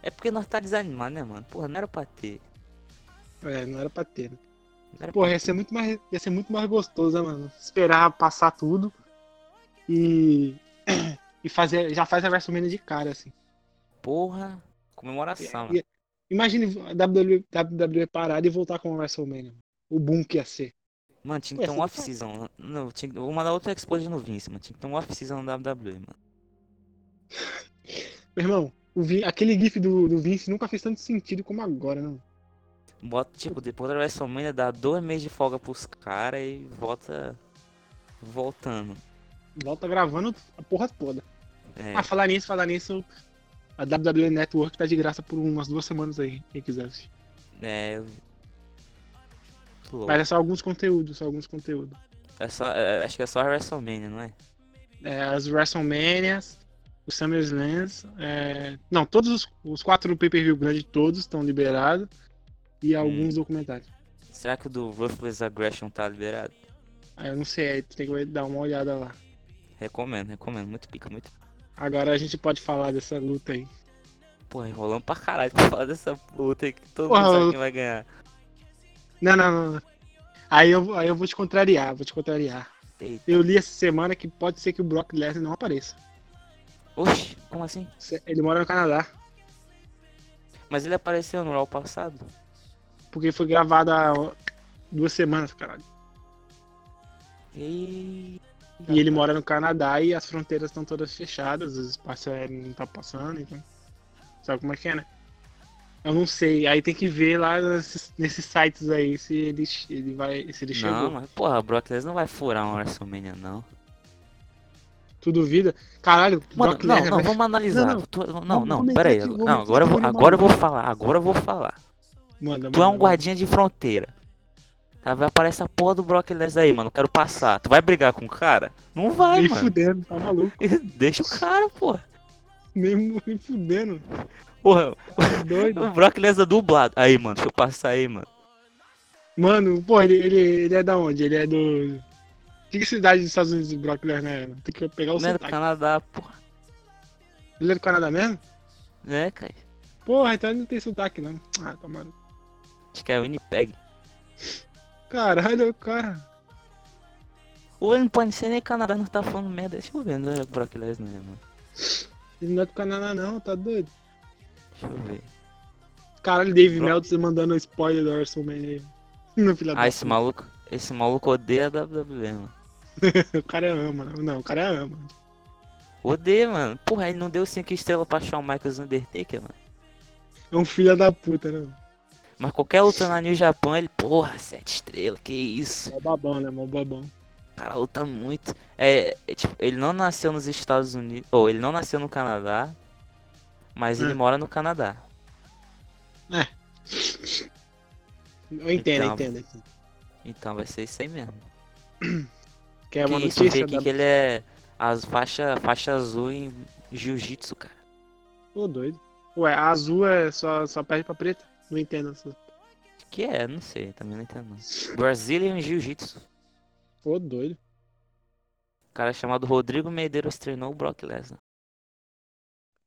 Speaker 1: É porque nós tá desanimado, né, mano? Porra, não era pra ter.
Speaker 2: É, não era pra ter, né?
Speaker 1: Não era
Speaker 2: Porra, ia ser muito mais, ia ser muito mais gostoso, né, mano? Esperar passar tudo e. e fazer. Já faz a WrestleMania de cara, assim.
Speaker 1: pra... Porra, comemoração,
Speaker 2: E- Imagine a WWE, WWE parada e voltar com a WrestleMania. O boom que ia ser.
Speaker 1: mano. Mano, tinha
Speaker 2: Ué,
Speaker 1: que ter um
Speaker 2: você
Speaker 1: off-season. Não, tinha... que- eu vou mandar outra exposição no Vince, mano. Tinha que ter um off-season no WWE, mano.
Speaker 2: Meu irmão, o Vin- aquele GIF do, do Vince nunca fez tanto sentido como agora, né?
Speaker 1: Bota, tipo, depois da WrestleMania, dá dois meses de folga pros caras e volta... Voltando.
Speaker 2: Volta gravando a porra toda.
Speaker 1: É,
Speaker 2: Ah, falar nisso, falar nisso. A WWE Network tá de graça por umas duas semanas aí, quem quiser assistir.
Speaker 1: é... eu- Muito louco.
Speaker 2: Mas é só alguns conteúdos, só alguns conteúdos.
Speaker 1: É só, é, acho que é só a WrestleMania, não é?
Speaker 2: É, as WrestleManias, os SummerSlams, é... não, todos os, os quatro pay-per-view grandes, todos estão liberados. E alguns documentários.
Speaker 1: Será que o do Ruthless Aggression tá liberado?
Speaker 2: Aí eu não sei, aí tu tem que dar uma olhada lá.
Speaker 1: Recomendo, recomendo. Muito pica, muito.
Speaker 2: Agora a gente pode falar dessa luta aí.
Speaker 1: Porra, enrolando pra caralho pra falar dessa luta aí que todo
Speaker 2: Porra,
Speaker 1: mundo sabe
Speaker 2: eu-
Speaker 1: quem vai ganhar.
Speaker 2: Não, não, não. não. Aí eu, vou- aí eu vou te contrariar, vou te contrariar.
Speaker 1: Eita.
Speaker 2: Eu li essa semana que pode ser que o Brock Lesnar não apareça.
Speaker 1: Oxi, como assim?
Speaker 2: Se- Ele mora no Canadá,
Speaker 1: Mas ele apareceu no Raw passado?
Speaker 2: porque foi gravada há duas semanas, caralho.
Speaker 1: E...
Speaker 2: E ele mora no Canadá e as fronteiras estão todas fechadas, o espaço aéreo não tá passando, então. Sabe como é que é, né? Eu não sei, aí tem que ver lá nesses, nesses sites aí se ele, ele vai. Se ele chegou.
Speaker 1: Não, mas porra, o Brock Lesnar não vai furar uma WrestleMania, não.
Speaker 2: Tu duvida? Caralho,
Speaker 1: Mano,
Speaker 2: Brock
Speaker 1: não,
Speaker 2: Lesnar
Speaker 1: não,
Speaker 2: vai-
Speaker 1: vamos analisar.
Speaker 2: Não, não.
Speaker 1: Tu- Não, não,
Speaker 2: comentar
Speaker 1: pera aí.
Speaker 2: aqui, vou
Speaker 1: Não,
Speaker 2: comentar
Speaker 1: agora eu
Speaker 2: aqui,
Speaker 1: vou,
Speaker 2: vou
Speaker 1: agora eu vou falar, agora eu vou falar.
Speaker 2: Manda,
Speaker 1: Tu é um
Speaker 2: manda, manda.
Speaker 1: guardinha de fronteira. Tá, vai aparecer a porra do Brock Lesnar aí, mano. Eu Quero passar. Tu vai brigar com o cara? Não vai,
Speaker 2: Nem
Speaker 1: mano.
Speaker 2: fudendo, tá maluco.
Speaker 1: Deixa o cara, porra.
Speaker 2: Nem, mu- nem fudendo.
Speaker 1: Porra,
Speaker 2: Tá doido.
Speaker 1: o Brock Lesnar dublado. Aí, mano, deixa eu passar aí, mano.
Speaker 2: Mano, pô, ele, ele, ele é da onde? Ele é do. Que cidade dos Estados Unidos o Brock Lesnar era? Tem que pegar o
Speaker 1: Não é do
Speaker 2: sotaque.
Speaker 1: Canadá, porra.
Speaker 2: Ele é do Canadá mesmo?
Speaker 1: Né, cara?
Speaker 2: Porra, então ele não tem sotaque, não. Ah, tá maluco.
Speaker 1: Acho que é Winnipeg.
Speaker 2: Caralho, cara.
Speaker 1: Ou ele não pode ser nem Canadá, não tá falando merda. Deixa eu ver, não é o Brock Lesnar, mano.
Speaker 2: Ele não é do Canadá, não, tá doido.
Speaker 1: Deixa eu ver.
Speaker 2: Caralho, Dave
Speaker 1: Bro-
Speaker 2: Meltzer mandando spoiler da WrestleMania aí. Não, filha
Speaker 1: Ah, esse maluco, esse maluco odeia a WWE, mano.
Speaker 2: O cara ama, né? Não, o cara ama.
Speaker 1: Odeia, mano. Porra, ele não deu 5 estrelas pra Shawn Michaels no Undertaker, mano.
Speaker 2: É um filho da puta, né?
Speaker 1: Mas qualquer luta na New Japan, ele, porra, 7 estrelas, que isso.
Speaker 2: É babão, né, mano? Babão.
Speaker 1: O cara luta muito. É, é, tipo, ele não nasceu nos Estados Unidos, ou ele não nasceu no Canadá, mas ele
Speaker 2: Hum.
Speaker 1: mora no Canadá.
Speaker 2: Eu entendo,
Speaker 1: Então.
Speaker 2: eu entendo. eu entendo.
Speaker 1: Então vai ser isso aí mesmo.
Speaker 2: Quer uma
Speaker 1: que isso, eu vi
Speaker 2: é notícia?
Speaker 1: aqui
Speaker 2: da-
Speaker 1: que ele é As faixa, faixa azul em jiu-jitsu, cara.
Speaker 2: Ô, doido. Ué, a azul é só, só perde pra preta? Não entendo essa.
Speaker 1: Que é? Não sei, também não entendo. não. Brazilian Jiu-Jitsu.
Speaker 2: Ô, doido.
Speaker 1: O cara é chamado Rodrigo Medeiros treinou o Brock Lesnar.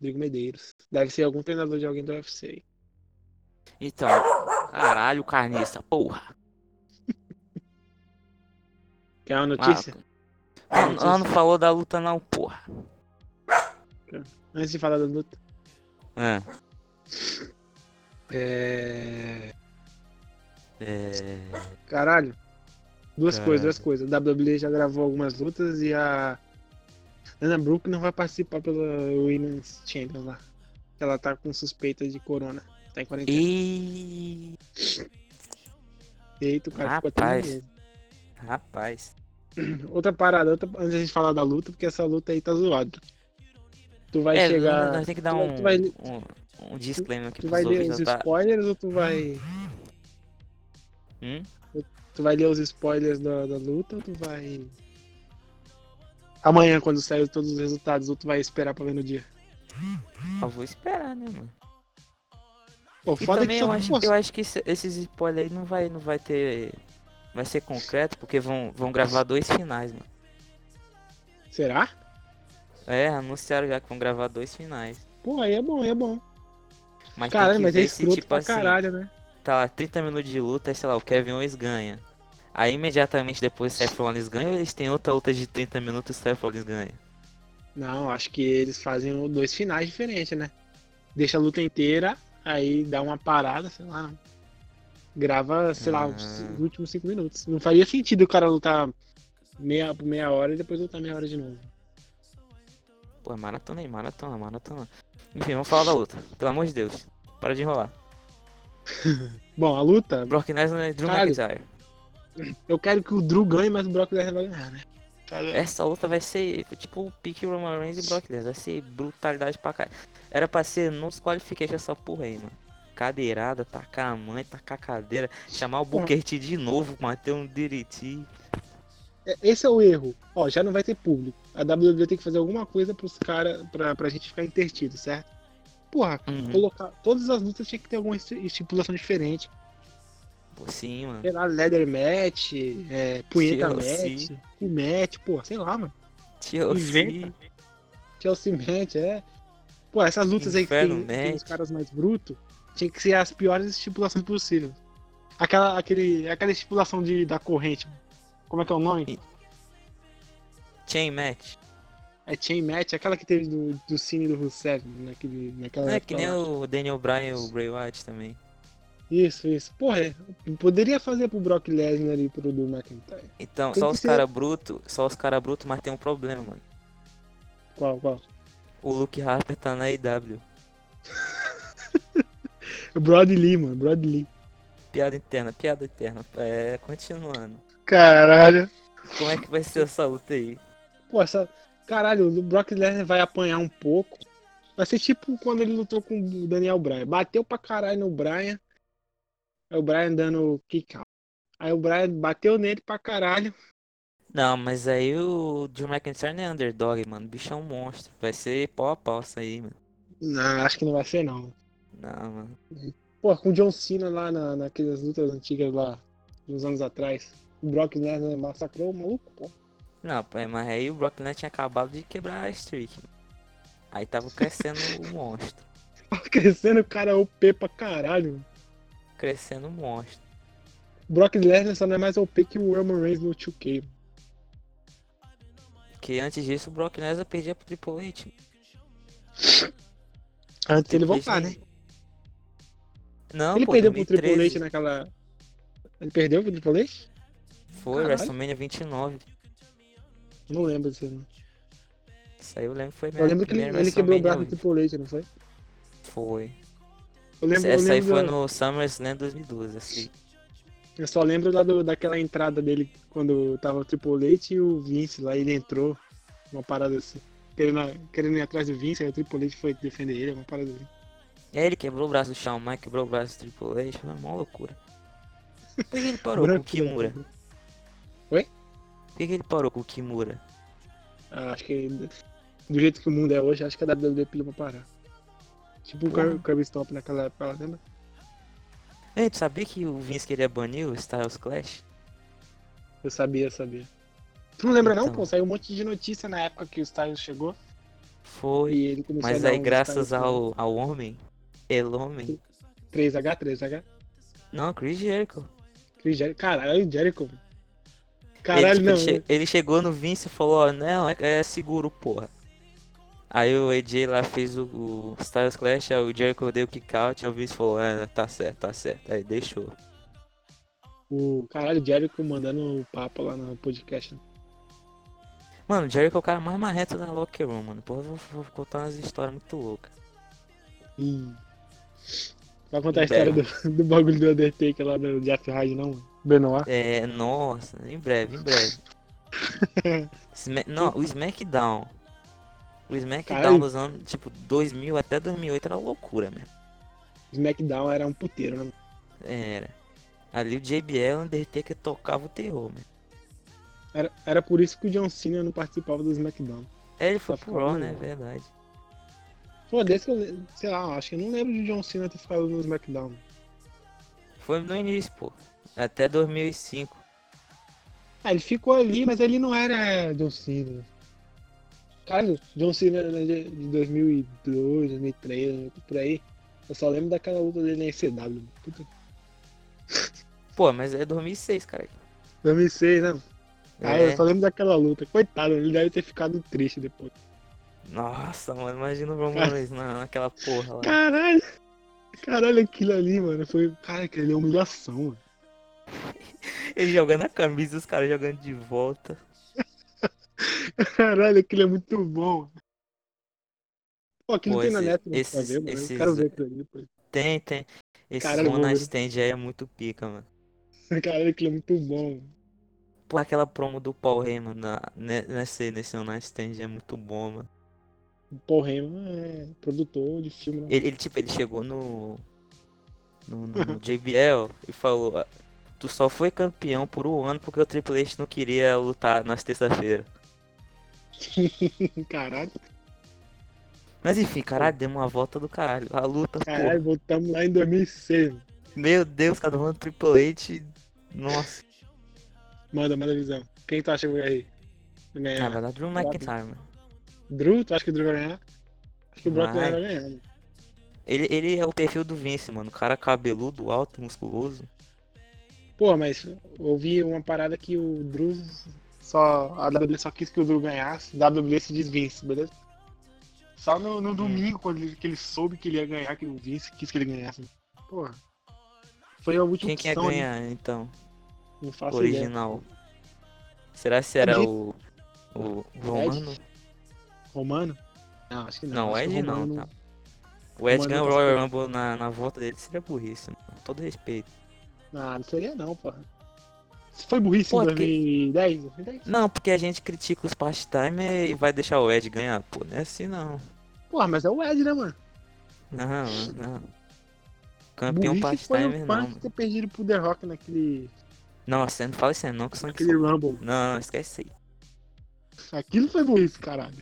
Speaker 2: Rodrigo Medeiros. Deve ser algum treinador de alguém do UFC. aí.
Speaker 1: Então, caralho, carniça, porra.
Speaker 2: Quer uma notícia?
Speaker 1: Ah, Ela ela não falou da luta não, porra.
Speaker 2: Antes de falar da luta.
Speaker 1: Ah,
Speaker 2: É...
Speaker 1: é...
Speaker 2: Caralho. Duas
Speaker 1: Caralho.
Speaker 2: coisas, duas coisas. A WWE já gravou algumas lutas e a Ana Brooke não vai participar pela Women's Champions lá. Ela tá com suspeita de corona. Tá em quarentena.
Speaker 1: E...
Speaker 2: Eita, o cara ficou até
Speaker 1: Rapaz.
Speaker 2: nervoso.
Speaker 1: Rapaz.
Speaker 2: Outra parada, outra... antes de a gente falar da luta, porque essa luta aí tá zoada. Tu vai
Speaker 1: é,
Speaker 2: chegar.
Speaker 1: nós tem que dar
Speaker 2: tu vai-
Speaker 1: um,
Speaker 2: tu vai-
Speaker 1: um, um disclaimer aqui
Speaker 2: Tu
Speaker 1: pros
Speaker 2: vai ler
Speaker 1: ouvintes.
Speaker 2: os
Speaker 1: tá?
Speaker 2: spoilers ou tu vai.
Speaker 1: Hum?
Speaker 2: Tu vai ler os spoilers da, da luta ou tu vai. Amanhã, quando sair todos os resultados, ou tu vai esperar pra ver no dia?
Speaker 1: Eu vou esperar, né, mano?
Speaker 2: Pô,
Speaker 1: E
Speaker 2: foda
Speaker 1: também
Speaker 2: que
Speaker 1: eu
Speaker 2: só-
Speaker 1: acho,
Speaker 2: pô,
Speaker 1: eu acho que esse- esses spoilers aí não vai, não vai ter... Vai ser concreto, porque vão, vão gravar dois finais, mano.
Speaker 2: Será?
Speaker 1: É, anunciaram já que vão gravar dois finais.
Speaker 2: Pô, aí é bom, aí é bom.
Speaker 1: Mas tem
Speaker 2: Caralho,
Speaker 1: que
Speaker 2: mas
Speaker 1: ver
Speaker 2: é
Speaker 1: se,
Speaker 2: escroto
Speaker 1: tipo
Speaker 2: pra
Speaker 1: assim,
Speaker 2: caralho, né?
Speaker 1: tá lá 30 minutos de luta, aí, sei lá, o Kevin Owens ganha. Aí imediatamente depois o Seth Rollins ganha, ou eles têm outra luta de 30 minutos e o Seth Rollins ganha.
Speaker 2: Não, acho que eles fazem o- dois finais diferentes, né? Deixa a luta inteira, aí dá uma parada, sei lá. Grava, sei lá, os
Speaker 1: Ah.
Speaker 2: os últimos cinco minutos. Não faria sentido o cara lutar meia, por meia hora e depois lutar meia hora de novo.
Speaker 1: Pô, é maratona aí, maratona, maratona. Enfim, vamos falar da luta. Pelo amor de Deus. Para de enrolar.
Speaker 2: Bom, a luta,
Speaker 1: Brock Lesnar e Drew
Speaker 2: Caralho.
Speaker 1: McIntyre.
Speaker 2: eu quero que o Drew ganhe, mas o Brock Lesnar vai ganhar, né?
Speaker 1: Tá Essa luta vai ser tipo o pique Roman Reigns e Brock Lesnar. Vai ser brutalidade pra caralho. Era pra ser não desqualification essa porra aí, mano. Cadeirada, tacar a mãe, tacar a cadeira, chamar o Booker T de novo, manter um Diriti.
Speaker 2: É, Esse é o erro. Ó, já não vai ter público. A WWE tem que fazer alguma coisa pros caras, pra, pra gente ficar intertido, certo? Porra,
Speaker 1: Uhum.
Speaker 2: colocar. Todas as lutas tinha que ter alguma esti- estipulação diferente.
Speaker 1: Pô, sim, mano.
Speaker 2: Sei lá, leather match, é, punheta match,
Speaker 1: TLC.
Speaker 2: full match, porra, sei lá, mano.
Speaker 1: TLC.
Speaker 2: Inventa. Chelsea match, é. Pô, essas lutas aí que tem,
Speaker 1: Inferno
Speaker 2: tem
Speaker 1: match.
Speaker 2: os caras mais brutos, tinha que ser as piores estipulações possíveis. Aquela, aquele, aquela estipulação de, da corrente. Como é que é o nome?
Speaker 1: Chain match.
Speaker 2: É Chain Match, aquela que teve do, do Cine e do Rusev, naquele, naquela
Speaker 1: Não é
Speaker 2: época
Speaker 1: que nem
Speaker 2: lá.
Speaker 1: o Daniel Bryan e o Bray Wyatt também.
Speaker 2: Isso, isso. Porra, é, poderia fazer pro Brock Lesnar e pro Drew McIntyre.
Speaker 1: Então,
Speaker 2: Tem
Speaker 1: só
Speaker 2: que
Speaker 1: os
Speaker 2: ser-
Speaker 1: cara bruto, só os cara bruto, mas tem um problema, mano.
Speaker 2: Qual, qual?
Speaker 1: O Luke Harper tá na IW.
Speaker 2: É Brody Lee, mano, Brody Lee.
Speaker 1: Piada interna, piada interna. É, continuando.
Speaker 2: Caralho.
Speaker 1: Como é que vai ser essa luta aí?
Speaker 2: Pô, essa... Caralho, o Brock Lesnar vai apanhar um pouco. Vai ser tipo quando ele lutou com o Daniel Bryan. Bateu pra caralho no Bryan. Aí o Bryan dando kick out. Aí o Bryan bateu nele pra caralho.
Speaker 1: Não, mas aí o Drew McIntyre não é underdog, mano. O bicho é um monstro. Vai ser pau a pau isso aí, mano.
Speaker 2: Não, acho que não vai ser não.
Speaker 1: Não, mano.
Speaker 2: Pô, com o John Cena lá na, naquelas lutas antigas lá, uns anos atrás. O Brock Lesnar massacrou o maluco, pô.
Speaker 1: Não, pô, mas aí o Brock Lesnar tinha acabado de quebrar a streak. mano. Aí tava crescendo o monstro.
Speaker 2: Tava crescendo, o cara é OP pra caralho.
Speaker 1: Crescendo o monstro.
Speaker 2: O Brock Lesnar só não é mais OP que o Roman Reigns no 2K.
Speaker 1: Porque antes disso o Brock Lesnar perdia pro Triple H.
Speaker 2: Antes
Speaker 1: Triple H
Speaker 2: dele voltar, né?
Speaker 1: nem- Não,
Speaker 2: ele
Speaker 1: pô,
Speaker 2: perdeu pro Triple
Speaker 1: 2013.
Speaker 2: H naquela. Ele perdeu pro Triple H?
Speaker 1: Foi,
Speaker 2: né? Caralho.
Speaker 1: WrestleMania 29.
Speaker 2: Não lembro disso. Não.
Speaker 1: Isso aí eu lembro que foi
Speaker 2: Eu lembro que ele,
Speaker 1: primeira
Speaker 2: ele quebrou o braço do
Speaker 1: WrestleMania.
Speaker 2: Triple H, não foi?
Speaker 1: Foi.
Speaker 2: Eu lembro, eu
Speaker 1: Essa aí
Speaker 2: lembro
Speaker 1: foi
Speaker 2: da-
Speaker 1: no SummerSlam 2012, assim.
Speaker 2: Eu só lembro lá do- daquela entrada dele quando tava o Triple H e o Vince lá, ele entrou, uma parada assim. Querendo, querendo ir atrás do Vince, aí o Triple H foi defender ele, uma parada assim.
Speaker 1: E aí ele quebrou o braço do Shawn Michaels, quebrou o braço do Triple H, foi uma loucura. Por que é? que
Speaker 2: né?
Speaker 1: ele parou com o
Speaker 2: Branco,
Speaker 1: Kimura?
Speaker 2: branco.
Speaker 1: Por que que ele parou com o Kimura?
Speaker 2: Ah, acho que do jeito que o mundo é hoje, acho que a WWE pediu pra parar. Tipo o Cur- Curb Stop naquela época, ela lembra?
Speaker 1: Ei, tu sabia que o Vince queria banir o Styles Clash?
Speaker 2: Eu sabia, eu sabia. Tu não lembra não,
Speaker 1: Então.
Speaker 2: pô? Saiu um monte de notícia na época que o Styles chegou
Speaker 1: Foi.
Speaker 2: e ele começou a
Speaker 1: Mas
Speaker 2: dar
Speaker 1: aí,
Speaker 2: uns
Speaker 1: graças
Speaker 2: Styles
Speaker 1: ao, ao homem, el homem.
Speaker 2: 3H, 3H.
Speaker 1: Não, Chris Jericho.
Speaker 2: Chris Jericho. Caralho, Jericho. velho.
Speaker 1: Ele,
Speaker 2: Caralho,
Speaker 1: tipo,
Speaker 2: não. né?
Speaker 1: ele, che- ele chegou no Vince e falou: Ó, não, é, é seguro, porra. Aí o AJ lá fez o, o Styles Clash, aí o Jericho deu o kick out, aí o Vince falou: É, tá certo, tá certo. Aí deixou.
Speaker 2: O caralho, Jericho mandando o papo lá no podcast.
Speaker 1: Mano, o Jericho é o cara mais marreto da Locker Room, mano. Porra, eu vou, vou contar umas histórias muito loucas.
Speaker 2: Ih. Vai contar a história do, do bagulho do Undertaker lá do Jeff Hyde, não? mano? Benoit.
Speaker 1: É, nossa, em breve, em breve. Sma- não, o SmackDown. O SmackDown
Speaker 2: Caralho.
Speaker 1: dos anos, tipo, 2000 até 2008 era loucura mesmo.
Speaker 2: SmackDown era um puteiro, né?
Speaker 1: Era. Ali o JBL Undertaker tocava o terror, mano.
Speaker 2: Era, era por isso que o John Cena não participava do SmackDown.
Speaker 1: É, ele foi
Speaker 2: Tá
Speaker 1: pro Raw,
Speaker 2: ficando
Speaker 1: né?
Speaker 2: louco.
Speaker 1: Verdade.
Speaker 2: Pô, desde que eu, le- sei lá, acho que eu não lembro de John Cena ter ficado no SmackDown.
Speaker 1: Foi no início, pô. Até 2005.
Speaker 2: Ah, ele ficou ali, mas ele não era John Cena. Caralho, John Cena né, de de 2002, 2003, né, por aí. Eu só lembro daquela luta dele na ECW. Puta.
Speaker 1: Pô, mas é 2006, cara.
Speaker 2: 2006, né? Ah,
Speaker 1: É.
Speaker 2: eu só lembro daquela luta. Coitado, ele deve ter ficado triste depois.
Speaker 1: Nossa, mano, imagina o Roman Reigns na, naquela porra lá.
Speaker 2: Caralho! Caralho, aquilo ali, mano. Foi. Cara, aquilo ali é humilhação, mano.
Speaker 1: Ele jogando a camisa, os caras jogando de volta.
Speaker 2: Caralho, aquilo é muito bom. Pô, aquilo
Speaker 1: Pô,
Speaker 2: tem na
Speaker 1: esse-
Speaker 2: net, não pra
Speaker 1: esses-
Speaker 2: ver, mano.
Speaker 1: esses-
Speaker 2: Eu quero ver aquilo ali, pô.
Speaker 1: Tem, tem. Esse
Speaker 2: Caralho,
Speaker 1: One Night
Speaker 2: Wolverine.
Speaker 1: Stand aí é muito pica, mano.
Speaker 2: Caralho, aquilo é muito bom.
Speaker 1: Pô, aquela promo do Paul Heyman na, ne- nesse, nesse One Night Stand é muito bom, mano.
Speaker 2: O Paul Heyman é produtor de filme, né?
Speaker 1: Ele, ele, tipo, ele chegou no, no, no- no JBL e falou, "Ah, tu só foi campeão por um ano porque o Triple H não queria lutar nas terça-feira.
Speaker 2: Caralho,
Speaker 1: Mas enfim, caralho, deu uma volta do caralho. A luta, pô.
Speaker 2: caralho, voltamos lá em 2006. mano.
Speaker 1: Meu Deus, cada um do Triple H. Nossa.
Speaker 2: Manda, manda a visão. Quem tu acha que vai aí?
Speaker 1: Na
Speaker 2: Ganhar?
Speaker 1: verdade, um Drew McIntyre, mano.
Speaker 2: Drew? Tu acha que o Drew vai ganhar? Acho que o Brock
Speaker 1: Vai.
Speaker 2: Lesnar vai ganhar, né? mano.
Speaker 1: Ele, ele é o perfil do Vince, mano. O cara cabeludo, alto, musculoso.
Speaker 2: Pô, mas ouvi uma parada que o Drew só. A WWE só quis que o Drew ganhasse, a WWE se diz Vince, beleza? Só no, no domingo, quando ele, que ele soube que ele ia ganhar, que o Vince quis que ele ganhasse. Porra. Foi a última
Speaker 1: Quem que ia
Speaker 2: opção, né?
Speaker 1: ganhar, então?
Speaker 2: Não faço ideia.
Speaker 1: original. Será que era
Speaker 2: Ed?
Speaker 1: o. O Romano?
Speaker 2: Romano? Não, acho que não.
Speaker 1: Não, o
Speaker 2: acho que
Speaker 1: Ed
Speaker 2: Romano
Speaker 1: não, tá. O Ed
Speaker 2: Romano
Speaker 1: ganhou o
Speaker 2: tá
Speaker 1: Royal Rumble na, na volta dele seria burrice, mano. Com todo respeito.
Speaker 2: Ah, não seria não, porra. Se foi burrice
Speaker 1: Pô,
Speaker 2: em
Speaker 1: porque-
Speaker 2: 2010, 2010?
Speaker 1: Não, porque a gente critica os part-time e vai deixar o Ed ganhar. Pô, não é assim não.
Speaker 2: Porra, mas é o Ed, né, mano?
Speaker 1: Não, não. Campeão
Speaker 2: burrice foi
Speaker 1: part-time
Speaker 2: o
Speaker 1: não.
Speaker 2: Punk
Speaker 1: mano.
Speaker 2: ter perdido pro The Rock naquele,
Speaker 1: Não, você não fala isso aí não, que são
Speaker 2: naquele Rumble.
Speaker 1: Não, não, esquece isso aí.
Speaker 2: Aquilo foi burrice, caralho.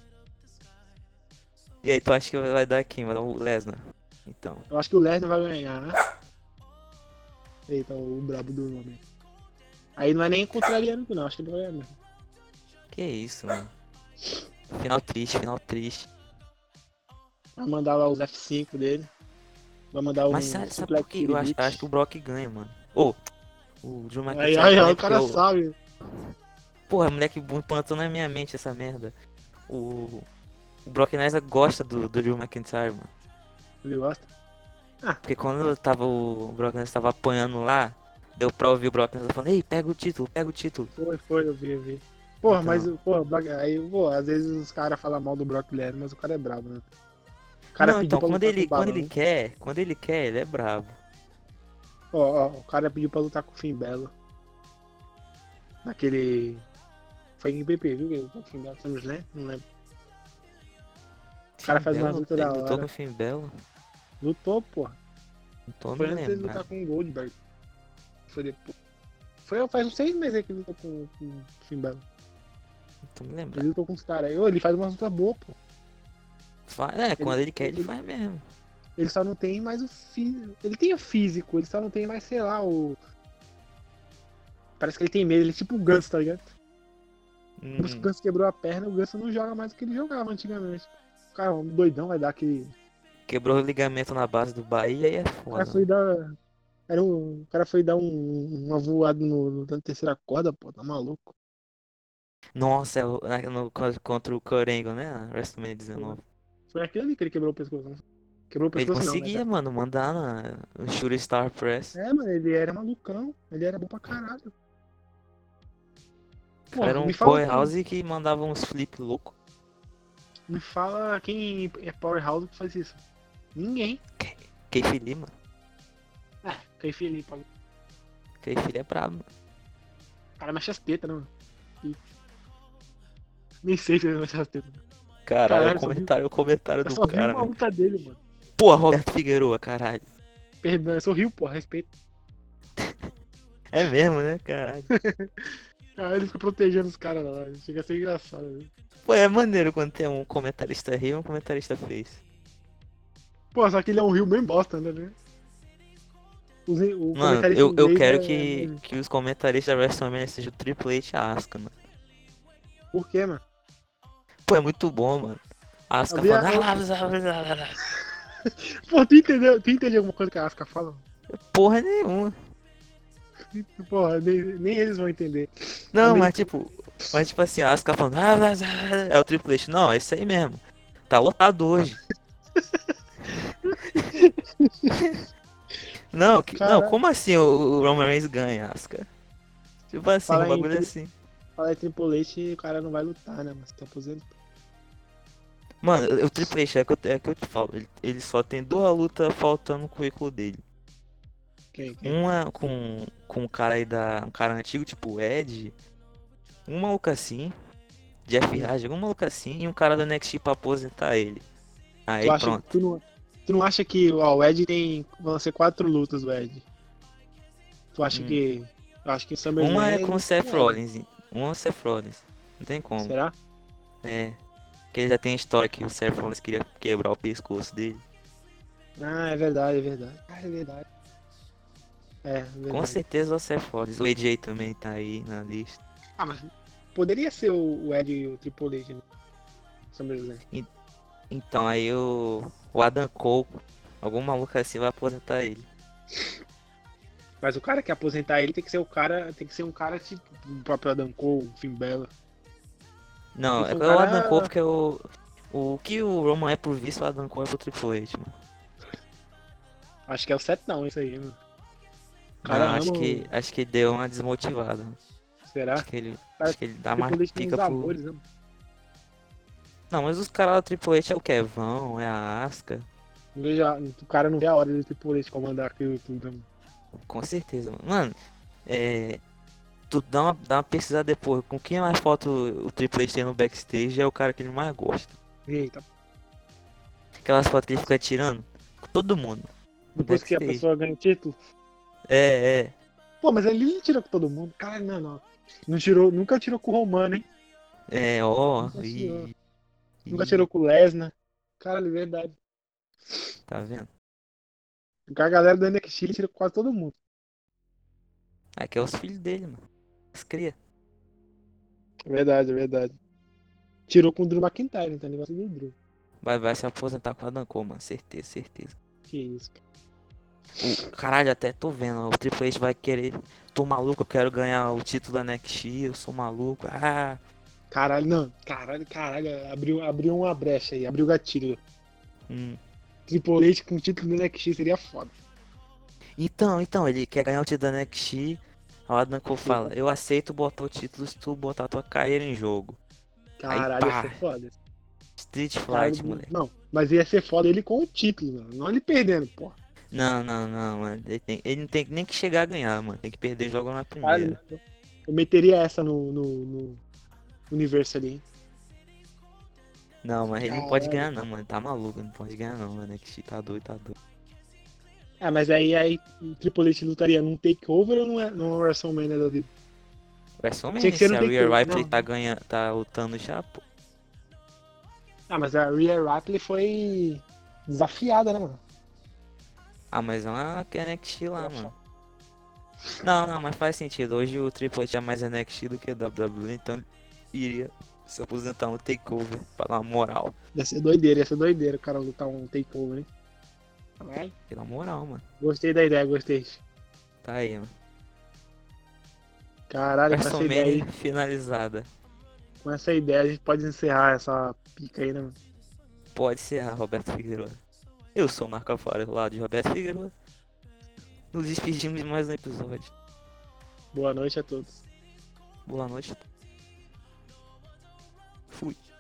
Speaker 1: E aí, tu acha que vai dar quem? Vai dar o Lesnar. Então.
Speaker 2: Eu acho que o Lesnar vai ganhar, né? Eita, o brabo do nome. Aí não é nem contrariando, não. Acho que ele vai ganhar mesmo.
Speaker 1: Que isso, mano. Final triste, final triste.
Speaker 2: Vai mandar lá os F5 dele. Vai mandar o.
Speaker 1: Mas sabe, sabe por que eu acho, eu acho que o Brock ganha, mano? Ô, o Drew
Speaker 2: Aí,
Speaker 1: McIntyre.
Speaker 2: aí, ó,
Speaker 1: ganha
Speaker 2: o cara
Speaker 1: porque
Speaker 2: sabe.
Speaker 1: Porra, moleque plantou na minha mente essa merda. O, o Brock Lesnar gosta do, do Drew McIntyre, mano.
Speaker 2: Ele gosta.
Speaker 1: Porque quando eu tava, o Brock Lesnar tava apanhando lá, deu pra ouvir o Brock Lesnar falando: Ei, pega o título, pega o título.
Speaker 2: Foi, foi, eu vi, eu vi. Porra,
Speaker 1: Então.
Speaker 2: mas o- porra, o Brock- aí, pô, às vezes os caras falam mal do Brock Lesnar, mas o cara é brabo, né? O cara
Speaker 1: não, então,
Speaker 2: pediu pra
Speaker 1: quando
Speaker 2: lutar com
Speaker 1: ele,
Speaker 2: o né? Barão.
Speaker 1: quando ele quer, quando ele quer, ele é brabo.
Speaker 2: Ó, ó, o cara pediu pra lutar com o Finn Belo. Naquele. Foi em PP, viu? O Finn Belo, não lembro. Não lembro. O cara faz uma luta da
Speaker 1: Lutou
Speaker 2: hora.
Speaker 1: com o Finn Bella?
Speaker 2: Lutou, porra.
Speaker 1: Então,
Speaker 2: Foi
Speaker 1: não
Speaker 2: antes dele
Speaker 1: lembro.
Speaker 2: lutar
Speaker 1: cara.
Speaker 2: com o Goldberg. Foi depois. Foi faz uns seis meses aí que ele lutou com, com o Finn Belo.
Speaker 1: Tô me lembrando.
Speaker 2: Ele com os caras. Ô, Ele faz umas lutas boas, pô.
Speaker 1: Fa- é, quando ele quer, ele faz mesmo.
Speaker 2: Ele só não tem mais o físico. Ele tem o físico, ele só não tem mais, sei lá, o. Parece que ele tem medo, ele é tipo o Ganso, tá ligado? Como se o
Speaker 1: Hum,
Speaker 2: Ganso quebrou a perna, o Ganso não joga mais do que ele jogava antigamente. O cara, um doidão vai dar aquele.
Speaker 1: quebrou o ligamento na base do Bahia e é
Speaker 2: O
Speaker 1: foda.
Speaker 2: cara foi dar. Era um... O cara foi dar um... uma voada no... no- na terceira corda, pô, tá maluco.
Speaker 1: Nossa, é o- na- no- contra o Corengo, né? na WrestleMania 19.
Speaker 2: Foi aquele ali que ele quebrou o pescoço. não? Quebrou o
Speaker 1: Ele
Speaker 2: pescoço, não, né,
Speaker 1: conseguia, mano, mandar na, no Shooting Star Press.
Speaker 2: É, mano, ele era malucão. Ele era bom pra caralho. Pô,
Speaker 1: Era um
Speaker 2: me fala-
Speaker 1: powerhouse que mandava uns flip louco.
Speaker 2: Me fala quem é Powerhouse que faz isso. Ninguém.
Speaker 1: Keith Lee, mano.
Speaker 2: Ah, Caio Felipe. O
Speaker 1: Keith Lee é brabo. mano.
Speaker 2: cara mexe as tetas, né? mano? E- Nem sei se ele mexe as tetas.
Speaker 1: Caralho,
Speaker 2: Caralho,
Speaker 1: o
Speaker 2: só vi-
Speaker 1: comentário, o comentário
Speaker 2: Eu
Speaker 1: do
Speaker 2: só vi
Speaker 1: cara. né?
Speaker 2: uma
Speaker 1: mano.
Speaker 2: luta dele, mano.
Speaker 1: Porra, Roberto Figueroa, caralho.
Speaker 2: Perdão, eu sou Rio, porra, respeito.
Speaker 1: É mesmo, né, caralho?
Speaker 2: Ah, ele fica protegendo os caras lá. Chega a ser engraçado. né?
Speaker 1: Pô, é maneiro quando tem um comentarista rio e um comentarista fez.
Speaker 2: Pô, só que ele é um Rio bem bosta, né? né? Os- o
Speaker 1: Mano,
Speaker 2: comentarista
Speaker 1: eu, eu
Speaker 2: inglês
Speaker 1: quero
Speaker 2: é-
Speaker 1: que, que os comentaristas da WrestleMania sejam o Triple H e a Asuka, mano.
Speaker 2: Por quê, mano?
Speaker 1: Pô, é muito bom, mano. A Asuka
Speaker 2: Eu vi a-
Speaker 1: falando... "Ah, blá, blá, blá, blá, blá".
Speaker 2: Pô, tu entendeu, tu entendeu alguma coisa que a Asuka fala?
Speaker 1: Porra nenhuma.
Speaker 2: Porra, nem, nem eles vão entender.
Speaker 1: Não,
Speaker 2: Também-
Speaker 1: mas tipo... Mas tipo assim, a Asuka falando... "Ah, blá, blá, blá". É o Triple H. Não, é isso aí mesmo. Tá lotado hoje. não, que- não,
Speaker 2: Caralho.
Speaker 1: como assim o, o Roman Reigns ganha, Asuka? Tipo assim,
Speaker 2: Fala
Speaker 1: um
Speaker 2: aí,
Speaker 1: bagulho
Speaker 2: tri-
Speaker 1: assim.
Speaker 2: Fala é tripolete o cara não vai lutar, né? Mas tá aposentado.
Speaker 1: Mano, o Triple H é que eu, é que eu te falo. Ele, ele só tem duas lutas faltando no currículo dele.
Speaker 2: Quem? quem?
Speaker 1: Uma com, com um cara aí da. Um cara antigo, tipo o Ed. Um maluco assim. Jeff Hardy, um maluco assim. E um cara do NXT pra aposentar ele. Aí
Speaker 2: Tu, acha,
Speaker 1: pronto.
Speaker 2: tu, não, tu não acha que ó, o Ed tem. Vão ser quatro lutas do Ed? Tu acha
Speaker 1: Hum.
Speaker 2: que. Eu acho que o SummerSlam.
Speaker 1: Uma é com o Seth
Speaker 2: é.
Speaker 1: Rollins. hein? Uma é o Seth Rollins. Não tem como.
Speaker 2: Será?
Speaker 1: É. Porque ele já tem a história que o Seth Rollins queria quebrar o pescoço dele.
Speaker 2: Ah, é verdade, é verdade. Ah, é verdade. É, é verdade.
Speaker 1: Com certeza é o Seth Rollins. O AJ também tá aí na lista.
Speaker 2: Ah, mas poderia ser o, o Ed e o Triple H né? no SummerSlam.
Speaker 1: Então aí o. O Adam Cole. Algum maluco assim vai aposentar ele.
Speaker 2: Mas o cara que aposentar ele tem que ser o cara. Tem que ser um cara tipo o próprio Adam Cole, o Finn Bella.
Speaker 1: Não, é
Speaker 2: Esse
Speaker 1: o Adam
Speaker 2: Tipo, cara-
Speaker 1: Cole porque o. O que o Roman é pro visto, o Adam Cole é pro Triple H, mano.
Speaker 2: Acho que é o setão isso aí, mano.
Speaker 1: Cara,
Speaker 2: Caramba.
Speaker 1: acho que acho que deu uma desmotivada. mano.
Speaker 2: Será?
Speaker 1: Acho que ele,
Speaker 2: Cara,
Speaker 1: acho que ele dá mais
Speaker 2: Triple H tem uns
Speaker 1: pica pro.
Speaker 2: tipo, amores, né?
Speaker 1: Não, mas os caras do Triple H é o Kevão, é a Asuka.
Speaker 2: Não vejo a- o cara não vê a hora do Triple H comandar aquilo tudo. né?
Speaker 1: Com certeza, mano. Mano, é. Tu dá uma, dá uma pesquisada depois. Com quem mais foto o Triple H tem no backstage é o cara que ele mais gosta.
Speaker 2: Eita.
Speaker 1: Aquelas fotos que ele fica tirando. com Todo mundo.
Speaker 2: Depois que a
Speaker 1: Backstage.
Speaker 2: pessoa ganha o título.
Speaker 1: É, é.
Speaker 2: Pô, mas ele não tirou com todo mundo. Caralho, não, não. Não tirou, nunca tirou com o Romano, hein?
Speaker 1: É, ó.
Speaker 2: Nunca
Speaker 1: ih,
Speaker 2: tirou.
Speaker 1: ih,
Speaker 2: Nunca tirou com o Lesnar. Caralho, é verdade.
Speaker 1: Tá vendo?
Speaker 2: A galera do NXT ele tira com quase todo mundo.
Speaker 1: Aqui é os filhos dele, mano. As cria.
Speaker 2: É Verdade, é verdade. Tirou com o Drew McIntyre, então ele gosta do Drew.
Speaker 1: Vai, vai se aposentar com a Danco, mano. Certeza, certeza.
Speaker 2: Que isso, cara.
Speaker 1: O- caralho, até tô vendo. O Triple H vai querer. Tô maluco, eu quero ganhar o título da NXT. Eu sou maluco. Ah,
Speaker 2: Caralho, não. Caralho, caralho. Abriu, abriu uma brecha aí, abriu o gatilho.
Speaker 1: hum.
Speaker 2: Triple H com o título do NXT seria foda.
Speaker 1: Então, então, ele quer ganhar o título da NXT. Aí o Adam Cole fala, eu aceito botar o título se tu botar a tua carreira em jogo.
Speaker 2: Caralho, ia
Speaker 1: pá.
Speaker 2: ser foda.
Speaker 1: Street
Speaker 2: Caralho,
Speaker 1: Fight, moleque.
Speaker 2: Não, mas ia ser foda ele com o título, mano. Não ele perdendo, porra.
Speaker 1: Não, não, não, mano. Ele, tem- ele não tem nem que chegar a ganhar, mano. Tem que perder jogo na
Speaker 2: Caralho,
Speaker 1: primeira.
Speaker 2: eu meteria essa no, no, no universo ali, hein?
Speaker 1: Não, mas ele não pode ganhar
Speaker 2: Caralho.
Speaker 1: não, mano. Tá maluco, não pode ganhar não, mano. NXT tá doido, tá doido.
Speaker 2: Ah, é, mas aí, aí o Triple H lutaria num takeover ou numa, numa WrestleMania da vida?
Speaker 1: WrestleMania,
Speaker 2: Tinha que ser
Speaker 1: É se
Speaker 2: no
Speaker 1: a
Speaker 2: The
Speaker 1: Rhea
Speaker 2: Cage,
Speaker 1: Ripley
Speaker 2: não.
Speaker 1: tá, ganha, tá lutando já, pô.
Speaker 2: Ah, mas a Rhea Ripley foi desafiada, né, mano?
Speaker 1: Ah, mas lá que NXT lá,
Speaker 2: Nossa.
Speaker 1: mano. Não, não, mas faz sentido. Hoje o Triple H é mais NXT do que a WWE, então ele iria se aposentar no takeover pra dar uma moral.
Speaker 2: Ia ser doideira, ia ser doideira o cara lutar um takeover, hein? Caralho.
Speaker 1: Que dá moral, mano.
Speaker 2: Gostei da ideia, gostei.
Speaker 1: Tá aí, mano.
Speaker 2: Caralho, com essa ideia aí.
Speaker 1: WrestleMania finalizada.
Speaker 2: Com essa ideia a gente pode encerrar essa pica aí, né? mano?
Speaker 1: Pode ser a Roberto Figueiredo. Eu sou o Marco Afora, do lado de Roberto Figueiredo. Nos despedimos de mais um episódio.
Speaker 2: Boa noite a todos.
Speaker 1: Boa noite. Fui.